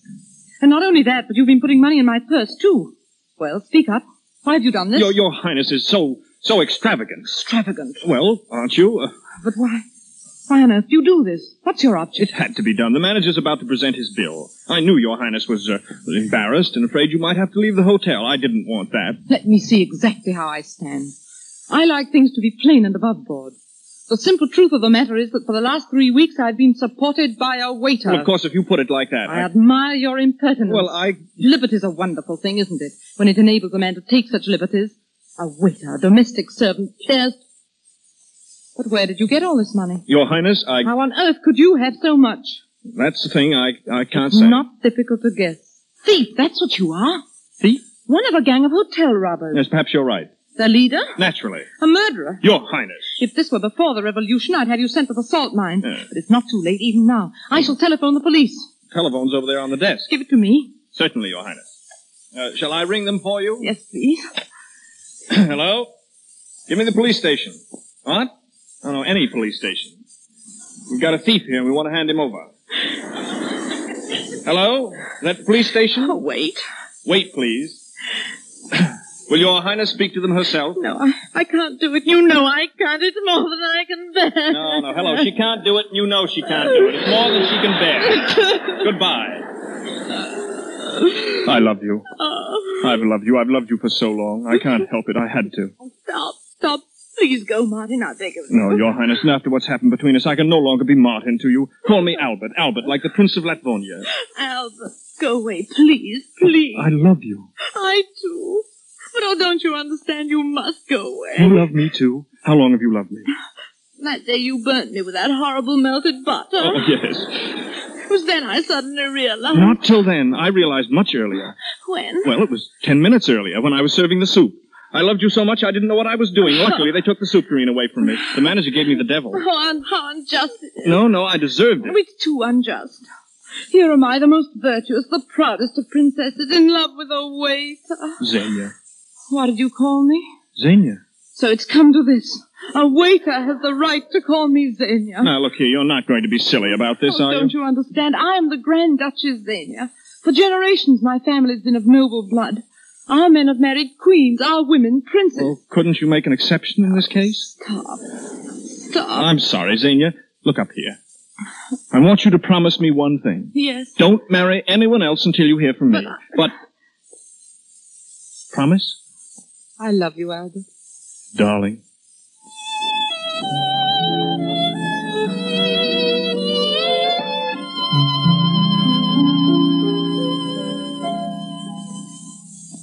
And not only that, but you've been putting money in my purse, too. Well, speak up. Why have you done this? Your, your Highness is so, so extravagant. Extravagant. Well, aren't you? Uh, But why? Why on earth do you do this? What's your object? it had to be done. The manager's about to present his bill. I knew Your Highness was uh, embarrassed and afraid you might have to leave the hotel. I didn't want that. Let me see exactly how I stand. I like things to be plain and above board. The simple truth of the matter is that for the last three weeks I've been supported by a waiter. Well, of course, if you put it like that, I admire your impertinence. Well, I- Liberty's a wonderful thing, isn't it? When it enables a man to take such liberties. A waiter, a domestic servant, players. But where did you get all this money? Your Highness, I. How on earth could you have so much? That's the thing I, I can't say. Not difficult to guess. Thief, that's what you are. Thief? One of a gang of hotel robbers. Yes, perhaps you're right. Their leader? Naturally. A murderer. Your Highness. If this were before the revolution, I'd have you sent to the salt mine. But it's not too late even now. I shall telephone the police. Telephone's over there on the desk. Give it to me. Certainly, Your Highness. Uh, shall I ring them for you? Yes, please. Hello? Give me the police station. What? Oh, no, any police station. We've got a thief here and we want to hand him over. Hello? Is that the police station? Oh, wait. Wait, please. Will Your Highness speak to them herself? No, I, I can't do it. You know I can't. It's more than I can bear. No, no, hello. She can't do it, and you know she can't do it. It's more than she can bear. Goodbye. I love you. Oh, I've loved you. I've loved you for so long. I can't help it. I had to. Stop, stop. Please go, Martin. I beg of you. No, Your Highness, and after what's happened between us, I can no longer be Martin to you. Call me Albert, Albert, like the Prince of Latvonia. Albert, go away, please, please. I love you. I do. But oh, don't you understand? You must go away. You love me too. How long have you loved me? That day you burnt me with that horrible melted butter. Oh, yes. It was then I suddenly realized. Not till then. I realized much earlier. When? Well, it was ten minutes earlier when I was serving the soup. I loved you so much I didn't know what I was doing. Luckily, they took the soup tureen away from me. The manager gave me the devil. Oh, un- how unjust it is. No, no, I deserved it. Oh, it's too unjust. Here am I, the most virtuous, the proudest of princesses, in love with a waiter. Xenia. What did you call me? Xenia. So it's come to this. A waiter has the right to call me Xenia. Now, look here. You're not going to be silly about this, Oh, are don't you? understand? I am the Grand Duchess Xenia. For generations, my family's been of noble blood. Our men have married queens, our women princes. Couldn't you make an exception in this case? Stop. Stop. I'm sorry, Xenia. Look up here. I want you to promise me one thing. Yes. Don't marry anyone else until you hear from me. But. Promise? I love you, Albert. Darling.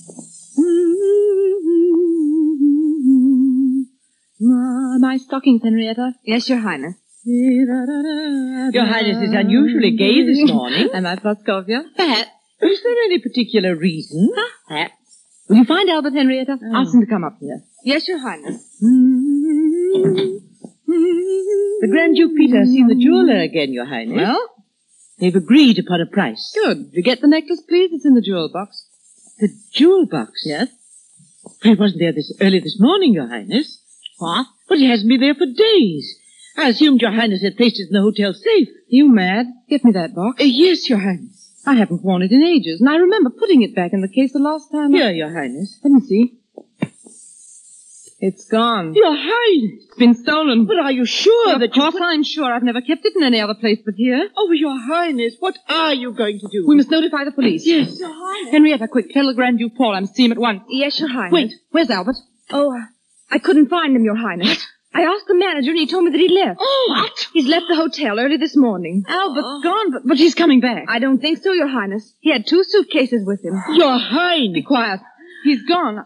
My, Mm-hmm. my stockings, Henrietta. Yes, Your Highness. Your Highness is unusually gay this morning. Am I Praskovia? Perhaps. Is there any particular reason? Perhaps. Will you find Albert, Henrietta? Ask him to come up here. Yes, Your Highness. The Grand Duke Peter has seen the jeweler again, Your Highness. Well? They've agreed upon a price. Good. You get the necklace, please? It's in the jewel box. The jewel box? Yes. It wasn't there this early this morning, Your Highness. What? But it hasn't been there for days. I assumed Your Highness had placed it in the hotel safe. Uh, You mad? Get me that box. yes, Your Highness. I haven't worn it in ages, and I remember putting it back in the case the last time. I- Here, Your Highness. Let me see. It's gone. Your Highness. It's been stolen. But are you sure of that you course I'm sure. I've never kept it in any other place but here. Oh, Your Highness, what are you going to do? We must notify the police. Yes. Your Highness. Henrietta, quick, telegram you Paul. I'm to see him at once. Yes, Your Highness. Wait, where's Albert? Oh, uh, I couldn't find him, Your Highness. I asked the manager and he told me that he'd left. Oh, what? He's left the hotel early this morning. Albert's gone, Oh, but, but he's coming back. I don't think so, Your Highness. He had two suitcases with him. Your Highness. Be quiet. He's gone.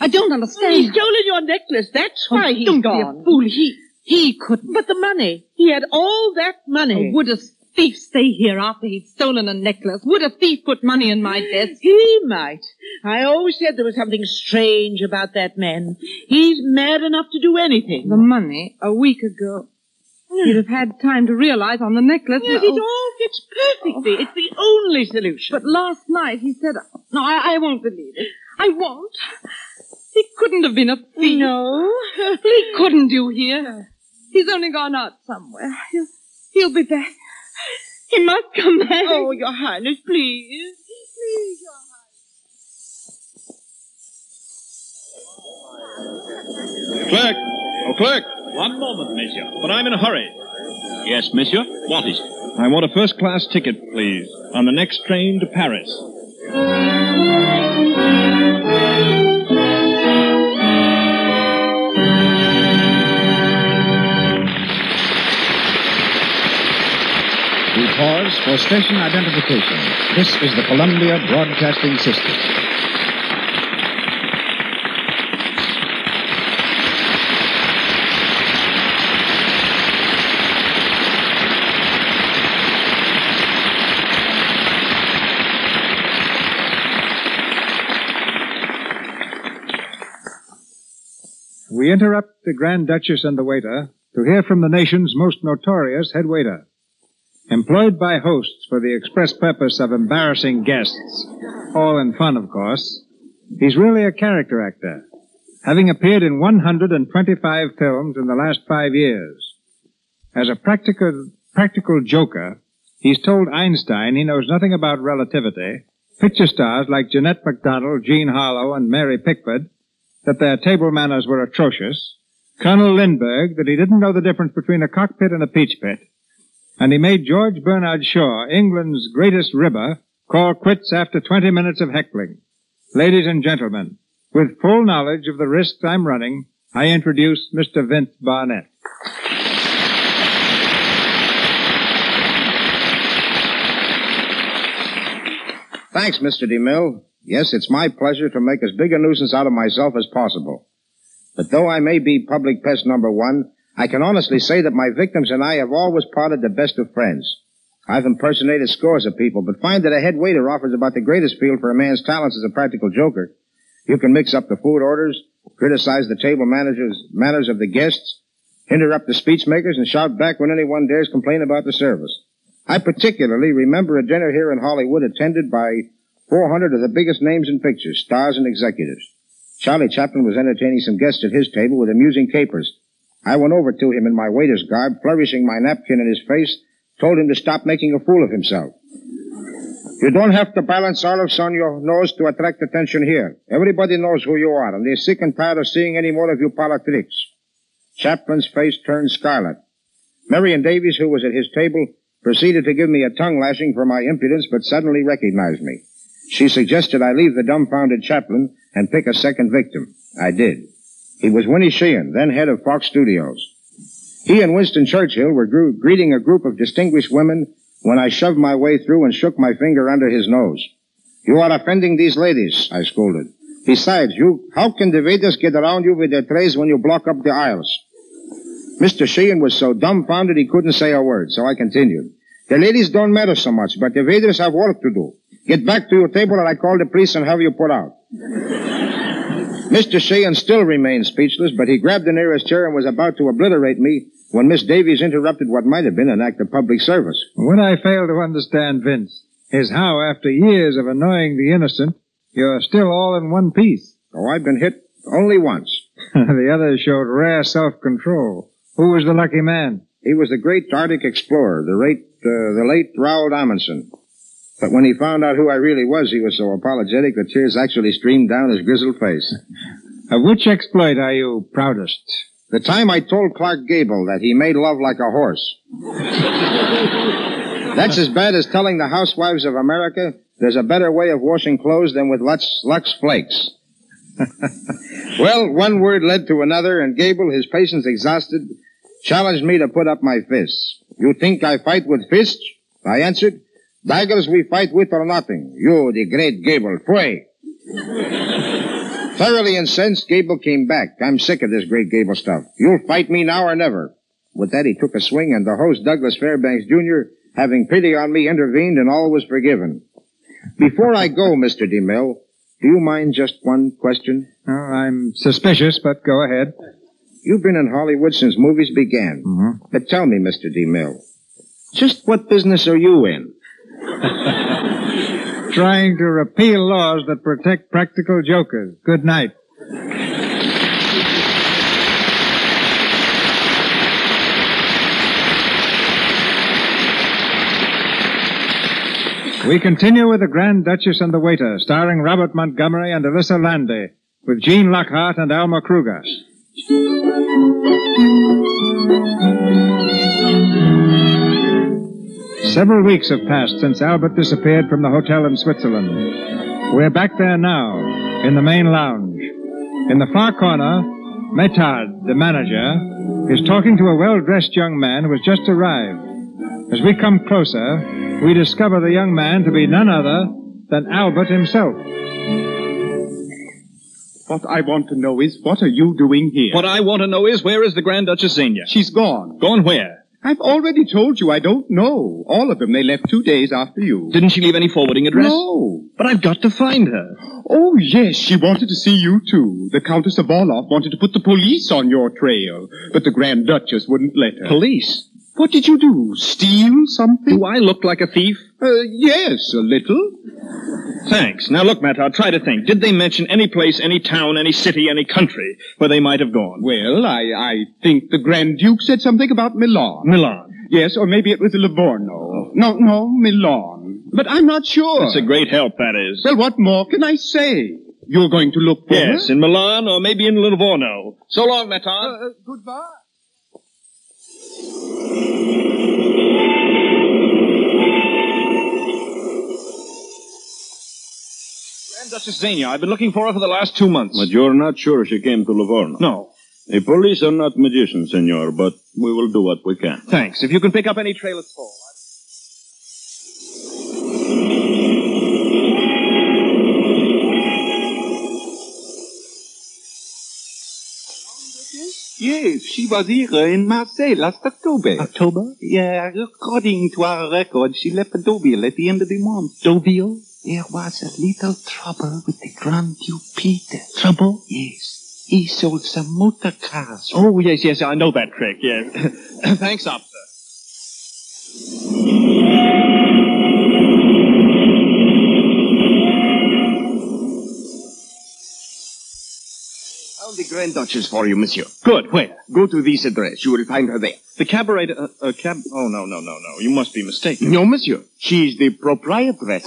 I don't understand. He's stolen your necklace. That's Oh, why he's don't be gone. a fool. He he couldn't. But the money. He had all that money. would a thief stay here after he'd stolen a necklace? Would a thief put money in my desk? He might. I always said there was something strange about that man. He's mad enough to do anything. The money a week ago. He'd have had time to realize on the necklace. oh, Yes, No. it all fits perfectly. It's the only solution. But last night he said, "No, I, I won't believe it. I won't." He couldn't have been a thief. No. he couldn't. You hear? He's only gone out somewhere. He'll, he'll be back. He must come back. Oh, Your Highness, please. Please, Your Highness. Clerk! Oh, clerk! One moment, monsieur, but I'm in a hurry. Yes, monsieur? What is it? I want a first class ticket, please, on the next train to Paris. We pause for station identification. This is the Columbia Broadcasting System. We interrupt the Grand Duchess and the waiter to hear from the nation's most notorious head waiter. Employed by hosts for the express purpose of embarrassing guests, all in fun, of course, he's really a character actor, having appeared in 125 films in the last five years. As a practical, practical joker, he's told Einstein he knows nothing about relativity, picture stars like Jeanette MacDonald, Jean Harlow, and Mary Pickford, that their table manners were atrocious, Colonel Lindbergh that he didn't know the difference between a cockpit and a peach pit, and he made George Bernard Shaw, England's greatest ribber, call quits after 20 minutes of heckling. Ladies and gentlemen, with full knowledge of the risks I'm running, I introduce Mr. Vince Barnett. Thanks, Mr. DeMille. Yes, it's my pleasure to make as big a nuisance out of myself as possible. But though I may be public pest number one, I can honestly say that my victims and I have always parted the best of friends. I've impersonated scores of people, but find that a head waiter offers about the greatest field for a man's talents as a practical joker. You can mix up the food orders, criticize the table managers, manners of the guests, interrupt the speech makers, and shout back when anyone dares complain about the service. I particularly remember a dinner here in Hollywood attended by 400 of the biggest names in pictures, stars and executives. Charlie Chaplin was entertaining some guests at his table with amusing capers. I went over to him in my waiter's garb, flourishing my napkin in his face, told him to stop making a fool of himself. You don't have to balance olives on your nose to attract attention here. Everybody knows who you are, and they're sick and tired of seeing any more of you politics. Chaplin's face turned scarlet. Marion Davies, who was at his table, proceeded to give me a tongue lashing for my impudence, but suddenly recognized me. She suggested I leave the dumbfounded chaplain and pick a second victim. I did. He was Winnie Sheehan, then head of Fox Studios. He and Winston Churchill were gr- greeting a group of distinguished women when I shoved my way through and shook my finger under his nose. You are offending these ladies, I scolded. Besides, you, how can the waiters get around you with their trays when you block up the aisles? Mr. Sheehan was so dumbfounded he couldn't say a word, so I continued. The ladies don't matter so much, but the waiters have work to do. Get back to your table or I call the police and have you put out. Mr. Sheehan still remained speechless, but he grabbed the nearest chair and was about to obliterate me when Miss Davies interrupted what might have been an act of public service. What I fail to understand, Vince, is how, after years of annoying the innocent, you're still all in one piece. Oh, I've been hit only once. the others showed rare self-control. Who was the lucky man? He was the great Arctic explorer, the, late uh, the late Raoul Amundsen. But when he found out who I really was, he was so apologetic that tears actually streamed down his grizzled face. Of which exploit are you proudest? The time I told Clark Gable that he made love like a horse. That's as bad as telling the housewives of America there's a better way of washing clothes than with Lux, Lux Flakes. well, one word led to another, and Gable, his patience exhausted, challenged me to put up my fists. You think I fight with fists? I answered, daggers we fight with or nothing. You, the great Gable, fray. Thoroughly incensed, Gable came back. I'm sick of this great Gable stuff. You'll fight me now or never. With that, he took a swing, and the host, Douglas Fairbanks Jr., having pity on me, intervened, and all was forgiven. Before I go, Mr. DeMille, do you mind just one question? Oh, I'm suspicious, but go ahead. You've been in Hollywood since movies began. Mm-hmm. But tell me, Mr. DeMille, just what business are you in? Trying to repeal laws that protect practical jokers. Good night. We continue with The Grand Duchess and the Waiter, starring Robert Montgomery and Alyssa Landy, with Gene Lockhart and Alma Kruger. Several weeks have passed since Albert disappeared from the hotel in Switzerland. We're back there now, in the main lounge. In the far corner, Metard, the manager, is talking to a well dressed young man who has just arrived. As we come closer, we discover the young man to be none other than Albert himself. What I want to know is, what are you doing here? What I want to know is where is the Grand Duchess Xenia? She's gone. Gone where? I've already told you I don't know. All of them, they left two days after you. Didn't she leave any forwarding address? No. But I've got to find her. Oh, yes, she wanted to see you too. The Countess of Orloff wanted to put the police on your trail, but the Grand Duchess wouldn't let her. Police? What did you do? Steal something? Do I look like a thief? Uh, yes, a little. Thanks. Now look, Matt, I'll try to think. Did they mention any place, any town, any city, any country where they might have gone? Well, I, I think the Grand Duke said something about Milan. Milan. Yes, or maybe it was Livorno. No, no, Milan. But I'm not sure. That's a great help, that is. Well, what more can I say? You're going to look for Yes, her? in Milan or maybe in Livorno. So long, Matar. uh, goodbye. Grand Duchess Xenia, I've been looking for her for the last two months. But you're not sure she came to Livorno? No. The police are not magicians, senor, but we will do what we can. Thanks. If you can pick up any trail at all. Yes, she was here in Marseille last October. October? Yeah, according to our record, she left Deauville at the end of the month. Deauville? There was a little trouble with the Grand Duke Peter. Trouble? Yes. He sold some motor cars. Oh, yes, yes, I know that trick, yes. Thanks, officer. Found the Grand Duchess for you, monsieur. Good, where? Go to this address. You will find her there. The cabaret, uh, uh, cab... Oh, no, no, no, no. You must be mistaken. No, monsieur. She is the proprietress.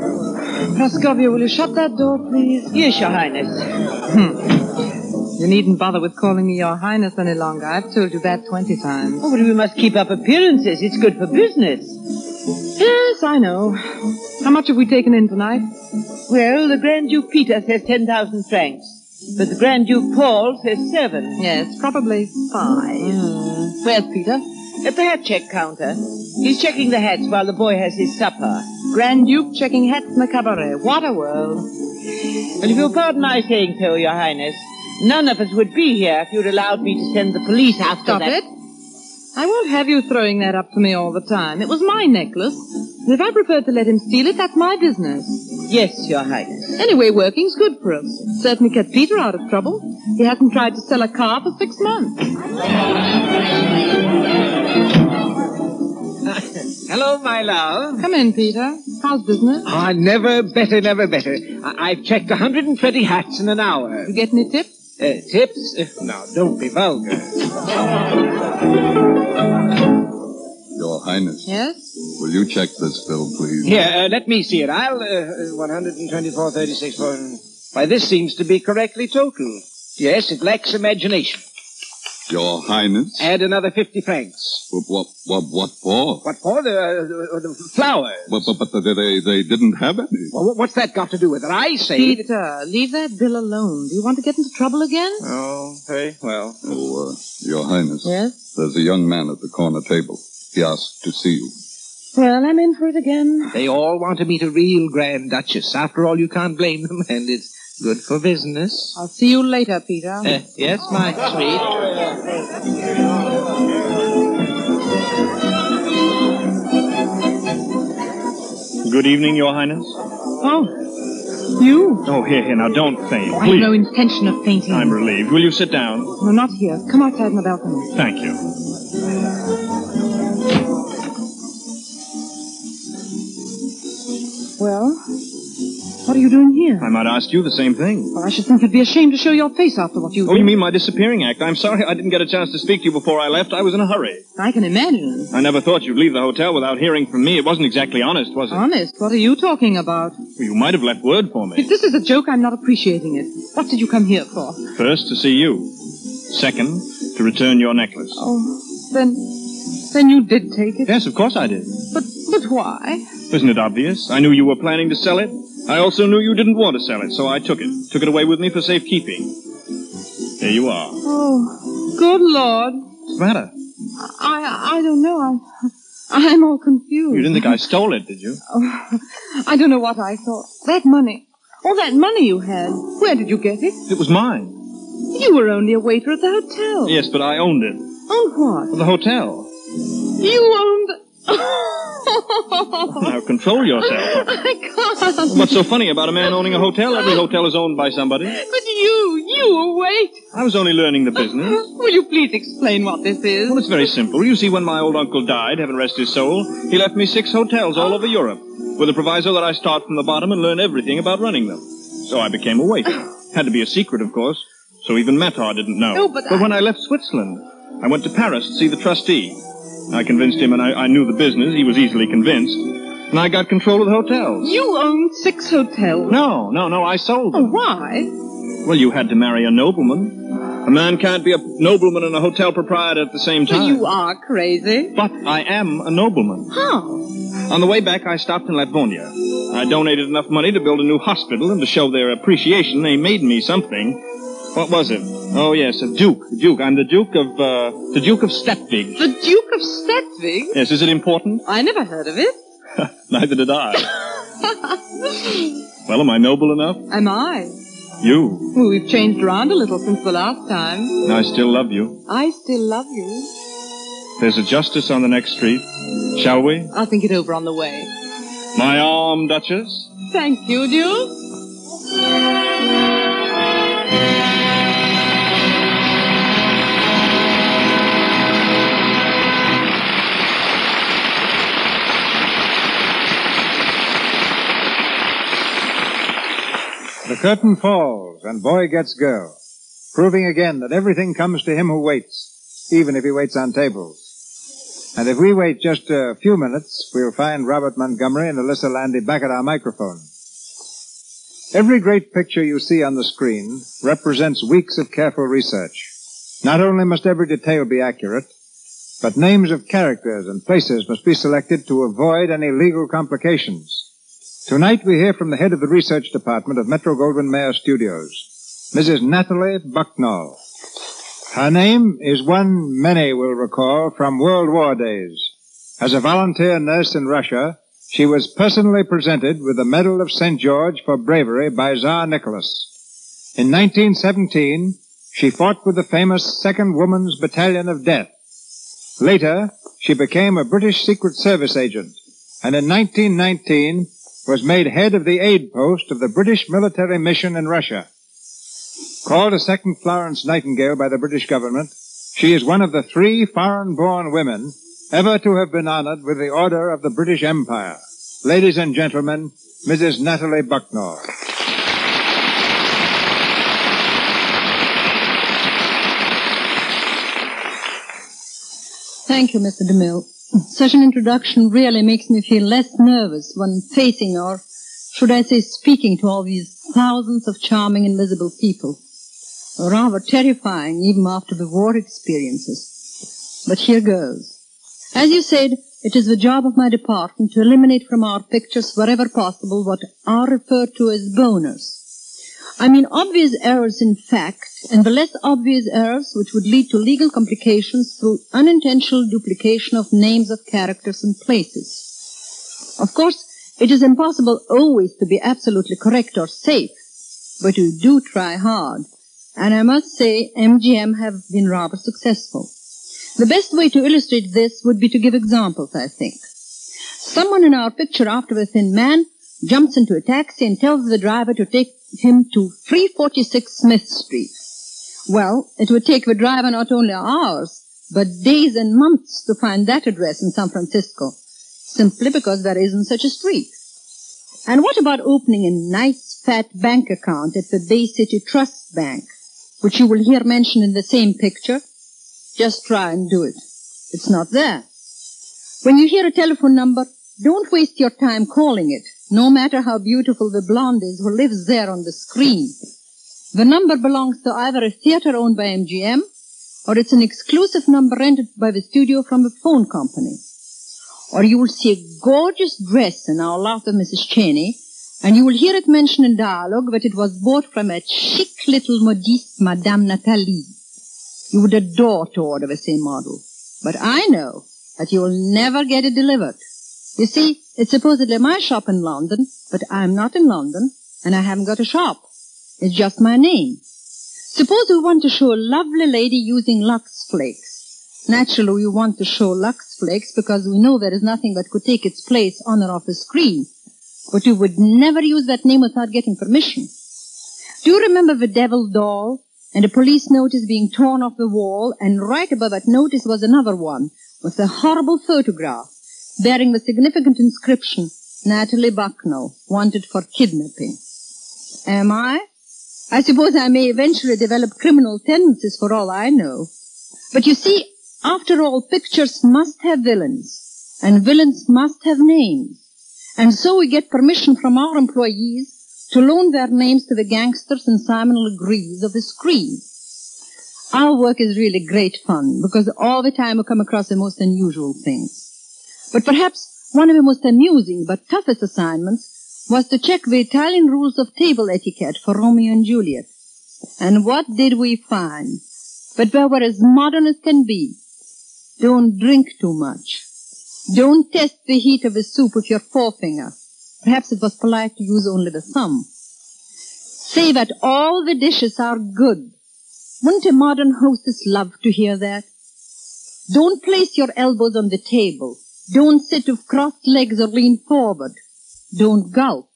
Praskovia, will you shut that door, please? Yes, Your Highness. You needn't bother with calling me Your Highness any longer. I've told you that 20 times. Oh, but we must keep up appearances. It's good for business. Yes, I know. How much have we taken in tonight? Well, the Grand Duke Peter says 10,000 francs, but the Grand Duke Paul says seven. Hmm. Yes, probably five. Where's Peter? At the hat check counter. He's checking the hats while the boy has his supper. Grand Duke checking hats in the cabaret. What a world. But if you'll pardon my saying so, Your Highness, none of us would be here if you'd allowed me to send the police after Stop that. it. I won't have you throwing that up to me all the time. It was my necklace. And if I preferred to let him steal it, that's my business. Yes, Your Highness. Anyway, working's good for us. Certainly kept Peter out of trouble. He hasn't tried to sell a car for six months. Hello, my love. Come in, Peter. How's business? Ah, never better, never better. I- I've checked 120 hats in an hour. You get any tips? Uh, tips? Uh, now, don't be vulgar. Your Highness, Yes? will you check this bill, please? Here, uh, let me see it. I'll, uh, uh, 124, 36, Why, this seems to be correctly total. Yes, it lacks imagination. Your Highness? Add another 50 francs. What, what, what, what for? What for? The, uh, the, the flowers. But, but, but they, they, they didn't have any. Well, wh- what's that got to do with it? I say... Peter, leave that bill alone. Do you want to get into trouble again? Oh, very well. Oh, uh, Your Highness, Yes? there's a young man at the corner table. He asked to see you. Well, I'm in for it again. They all want to meet a real Grand Duchess. After all, you can't blame them, and it's good for business. I'll see you Oh. later, Peter. Eh. Uh, yes, my sweet. Good evening, Your Highness. Oh, you? Oh, here, here, now don't faint, I have please. no intention of fainting. I'm relieved. Will you sit down? No, not here. Come outside on the balcony. Thank you. Well, what are you doing here? I might ask you the same thing. Well, I should think you'd be ashamed to show your face after what you Oh, you mean my disappearing act? I'm sorry I didn't get a chance to speak to you before I left. I was in a hurry. I can imagine. I never thought you'd leave the hotel without hearing from me. It wasn't exactly honest, was it? Honest, what are you talking about? You might have left word for me. If this is a joke, I'm not appreciating it. What did you come here for? First, to see you. Second, to return your necklace. Oh, then, then you did take it. Yes, of course I did. But, but why? Isn't it obvious? I knew you were planning to sell it. I also knew you didn't want to sell it, so I took it. Took it away with me for safekeeping. Here you are. Oh, good lord! What's the matter? I, I don't know. I, I'm all confused. You didn't think I stole it, did you? Oh, I don't know what I thought. That money, all that money you had. Where did you get it? It was mine. You were only a waiter at the hotel. Yes, but I owned it. Owned what? The hotel. You owned. Now control yourself. I can't. What's so funny about a man owning a hotel? Every hotel is owned by somebody. But you, you a waiter. I was only learning the business. Will you please explain what this is? Well, it's very simple. You see, when my old uncle died, heaven rest his soul, he left me six hotels all over Europe, with the proviso that I start from the bottom and learn everything about running them. So I became a waiter. Had to be a secret, of course, so even Matar didn't know. No, but I- when I left Switzerland, I went to Paris to see the trustee. I convinced him, and I, I knew the business. He was easily convinced. And I got control of the hotels. You owned six hotels. Oh, No, no, no, I sold them. Why? Well, you had to marry a nobleman. A man can't be a nobleman and a hotel proprietor at the same time. You are crazy. But I am a nobleman. How? On the way back, I stopped in Livonia. I donated enough money to build a new hospital, and to show their appreciation, they made me something. What was it? Oh yes, a duke. Duke. I'm the Duke of uh, the Duke of Stetwig. The Duke of Stetwig? Yes. Is it important? I never heard of it. Neither did I. well, am I noble enough? Am I? You. Well, we've changed around a little since the last time. I still love you. I still love you. There's a justice on the next street. Shall we? I'll think it over on the way. My arm, Duchess. Thank you, Duke. The curtain falls, and boy gets girl, proving again that everything comes to him who waits, even if he waits on tables. And if we wait just a few minutes, we'll find Robert Montgomery and Alyssa Landy back at our microphone. Every great picture you see on the screen represents weeks of careful research. Not only must every detail be accurate, but names of characters and places must be selected to avoid any legal complications. Tonight we hear from the head of the research department of Metro Goldwyn Mayer Studios, Mrs. Natalie Bucknall. Her name is one many will recall from World War days. As a volunteer nurse in Russia, she was personally presented with the Medal of St. George for bravery by Tsar Nicholas. In 1917, she fought with the famous 2nd Woman's Battalion of Death. Later, she became a British Secret Service agent, and in 1919, was made head of the aid post of the British military mission in Russia. Called a second Florence Nightingale by the British government, she is one of the three foreign born women ever to have been honored with the Order of the British Empire. Ladies and gentlemen, Mrs. Natalie Bucknor. Thank you, Mr. DeMille. Such an introduction really makes me feel less nervous when facing or, should I say, speaking to all these thousands of charming, invisible people. Rather terrifying even after the war experiences. But here goes. As you said, it is the job of my department to eliminate from our pictures wherever possible what are referred to as boners. I mean obvious errors in fact, and the less obvious errors which would lead to legal complications through unintentional duplication of names of characters and places. Of course, it is impossible always to be absolutely correct or safe, but you do try hard. And I must say, MGM have been rather successful. The best way to illustrate this would be to give examples, I think. Someone in our picture after the thin man jumps into a taxi and tells the driver to take him to 346 Smith Street. Well, it would take the driver not only hours, but days and months to find that address in San Francisco, simply because there isn't such a street. And what about opening a nice fat bank account at the Bay City Trust Bank, which you will hear mentioned in the same picture? Just try and do it. It's not there. When you hear a telephone number, don't waste your time calling it, no matter how beautiful the blonde is who lives there on the screen. The number belongs to either a theater owned by MGM, or it's an exclusive number rented by the studio from a phone company. Or you will see a gorgeous dress in Our Last of Mrs. Cheney, and you will hear it mentioned in dialogue that it was bought from a chic little modiste, Madame Nathalie. You would adore to order the same model. But I know that you will never get it delivered. You see, it's supposedly my shop in London, but I'm not in London, and I haven't got a shop. It's just my name. Suppose you want to show a lovely lady using Lux Flakes. Naturally, you want to show Lux Flakes because we know there is nothing that could take its place on or off the screen. But you would never use that name without getting permission. Do you remember the devil doll and a police notice being torn off the wall, and right above that notice was another one with a horrible photograph bearing the significant inscription, Natalie Bucknell, wanted for kidnapping. Am I? I suppose I may eventually develop criminal tendencies for all I know. But you see, after all, pictures must have villains, and villains must have names. And so we get permission from our employees to loan their names to the gangsters and Simon Legrees of the screen. Our work is really great fun because all the time we come across the most unusual things. But perhaps one of the most amusing but toughest assignments was to check the Italian rules of table etiquette for Romeo and Juliet. And what did we find? That they were as modern as can be. Don't drink too much. Don't test the heat of the soup with your forefinger. Perhaps it was polite to use only the thumb. Say that all the dishes are good. Wouldn't a modern hostess love to hear that? Don't place your elbows on the table. Don't sit with crossed legs or lean forward. Don't gulp.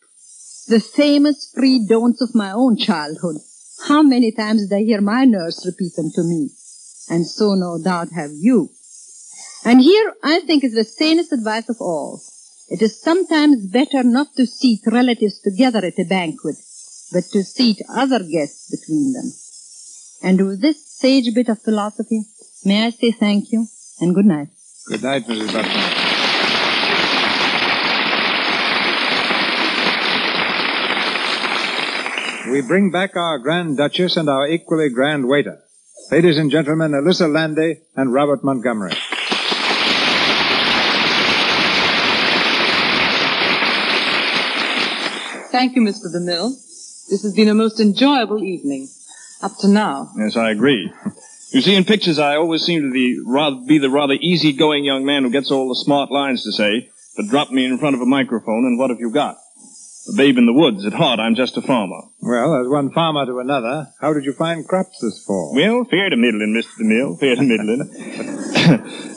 The famous three don'ts of my own childhood. How many times did I hear my nurse repeat them to me? And so no doubt have you. And here I think is the sanest advice of all. It is sometimes better not to seat relatives together at a banquet, but to seat other guests between them. And with this sage bit of philosophy, may I say thank you and good night. Good night, Mrs. Buckner. We bring back our Grand Duchess and our equally grand waiter. Ladies and gentlemen, Alyssa Landy and Robert Montgomery. Thank you, Mr. DeMille. This has been a most enjoyable evening. Up to now. Yes, I agree. You see, in pictures, I always seem to be, rather, be the rather easygoing young man who gets all the smart lines to say, but drop me in front of a microphone, and what have you got? A babe in the woods. At heart, I'm just a farmer. Well, as one farmer to another, how did you find crops this fall? Well, fair to middling, Mr. DeMille, fair to middling.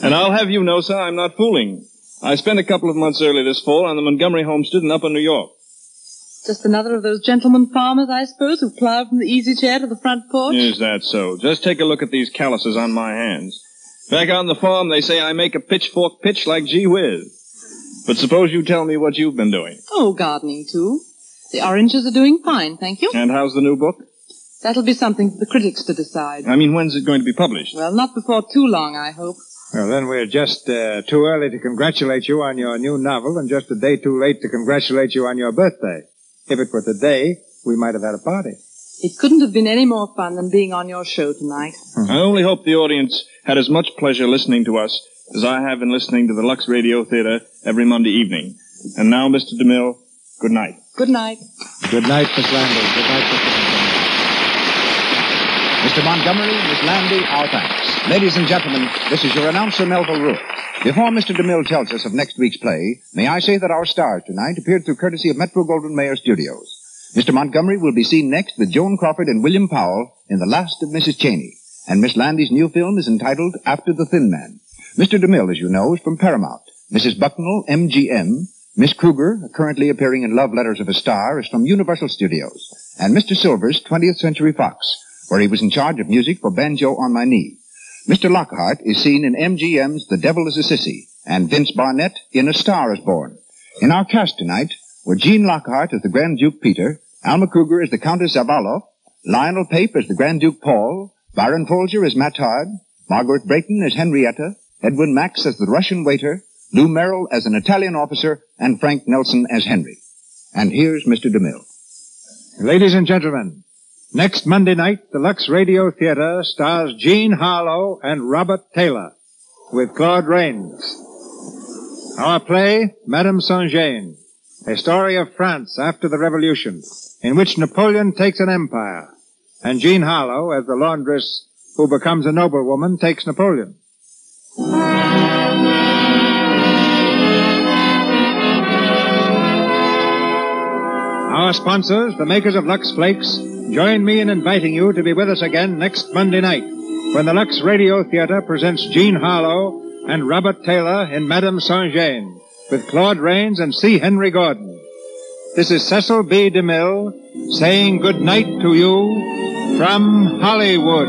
and I'll have you know, sir, I'm not fooling. I spent a couple of months earlier this fall on the Montgomery homestead in Upper New York. Just another of those gentlemen farmers, I suppose, who plow from the easy chair to the front porch. Is that so? Just take a look at these calluses on my hands. Back on the farm, they say I make a pitchfork pitch like gee whiz. But suppose you tell me what you've been doing. Oh, gardening too. The oranges are doing fine, thank you. And how's the new book? That'll be something for the critics to decide. I mean, when's it going to be published? Well, not before too long, I hope. Well, then we're just uh, too early to congratulate you on your new novel and just a day too late to congratulate you on your birthday. If it were today, we might have had a party. It couldn't have been any more fun than being on your show tonight. Hmm. I only hope the audience had as much pleasure listening to us as I have in listening to the Lux Radio Theater every Monday evening. And now, Mr. DeMille, good night. Good night. Good night, Miss Landy. Good night, Mr. Montgomery. Mr. Montgomery, Miss Landy, our thanks. Ladies and gentlemen, this is your announcer, Melville Rule. Before Mr. DeMille tells us of next week's play, may I say that our stars tonight appeared through courtesy of Metro Goldwyn Mayer Studios. Mr. Montgomery will be seen next with Joan Crawford and William Powell in The Last of Mrs. Cheney, and Miss Landy's new film is entitled After the Thin Man. Mr. DeMille, as you know, is from Paramount. Mrs. Bucknell, MGM. Miss Kruger, currently appearing in Love Letters of a Star, is from Universal Studios. And Mr. Silver's 20th Century Fox, where he was in charge of music for Banjo on My Knee. Mr. Lockhart is seen in MGM's The Devil is a Sissy, and Vince Barnett in A Star is Born. In our cast tonight were Gene Lockhart as the Grand Duke Peter, Alma Kruger as the Countess Zavaloff, Lionel Pape as the Grand Duke Paul, Byron Folger as Matard, Margaret Brayton as Henrietta, Edwin Max as the Russian waiter, Lou Merrill as an Italian officer, and Frank Nelson as Henry. And here's Mr. DeMille. Ladies and gentlemen, next Monday night, the Lux Radio Theater stars Gene Harlow and Robert Taylor with Claude Rains. Our play, Madame Saint-Jean, a story of France after the Revolution, in which Napoleon takes an empire, and Jean Harlow, as the laundress who becomes a noblewoman, takes Napoleon. Our sponsors, the makers of Lux Flakes, join me in inviting you to be with us again next Monday night when the Lux Radio Theater presents Jean Harlow and Robert Taylor in Madame Saint Jean with Claude Rains and C. Henry Gordon. This is Cecil B. DeMille saying good night to you from Hollywood.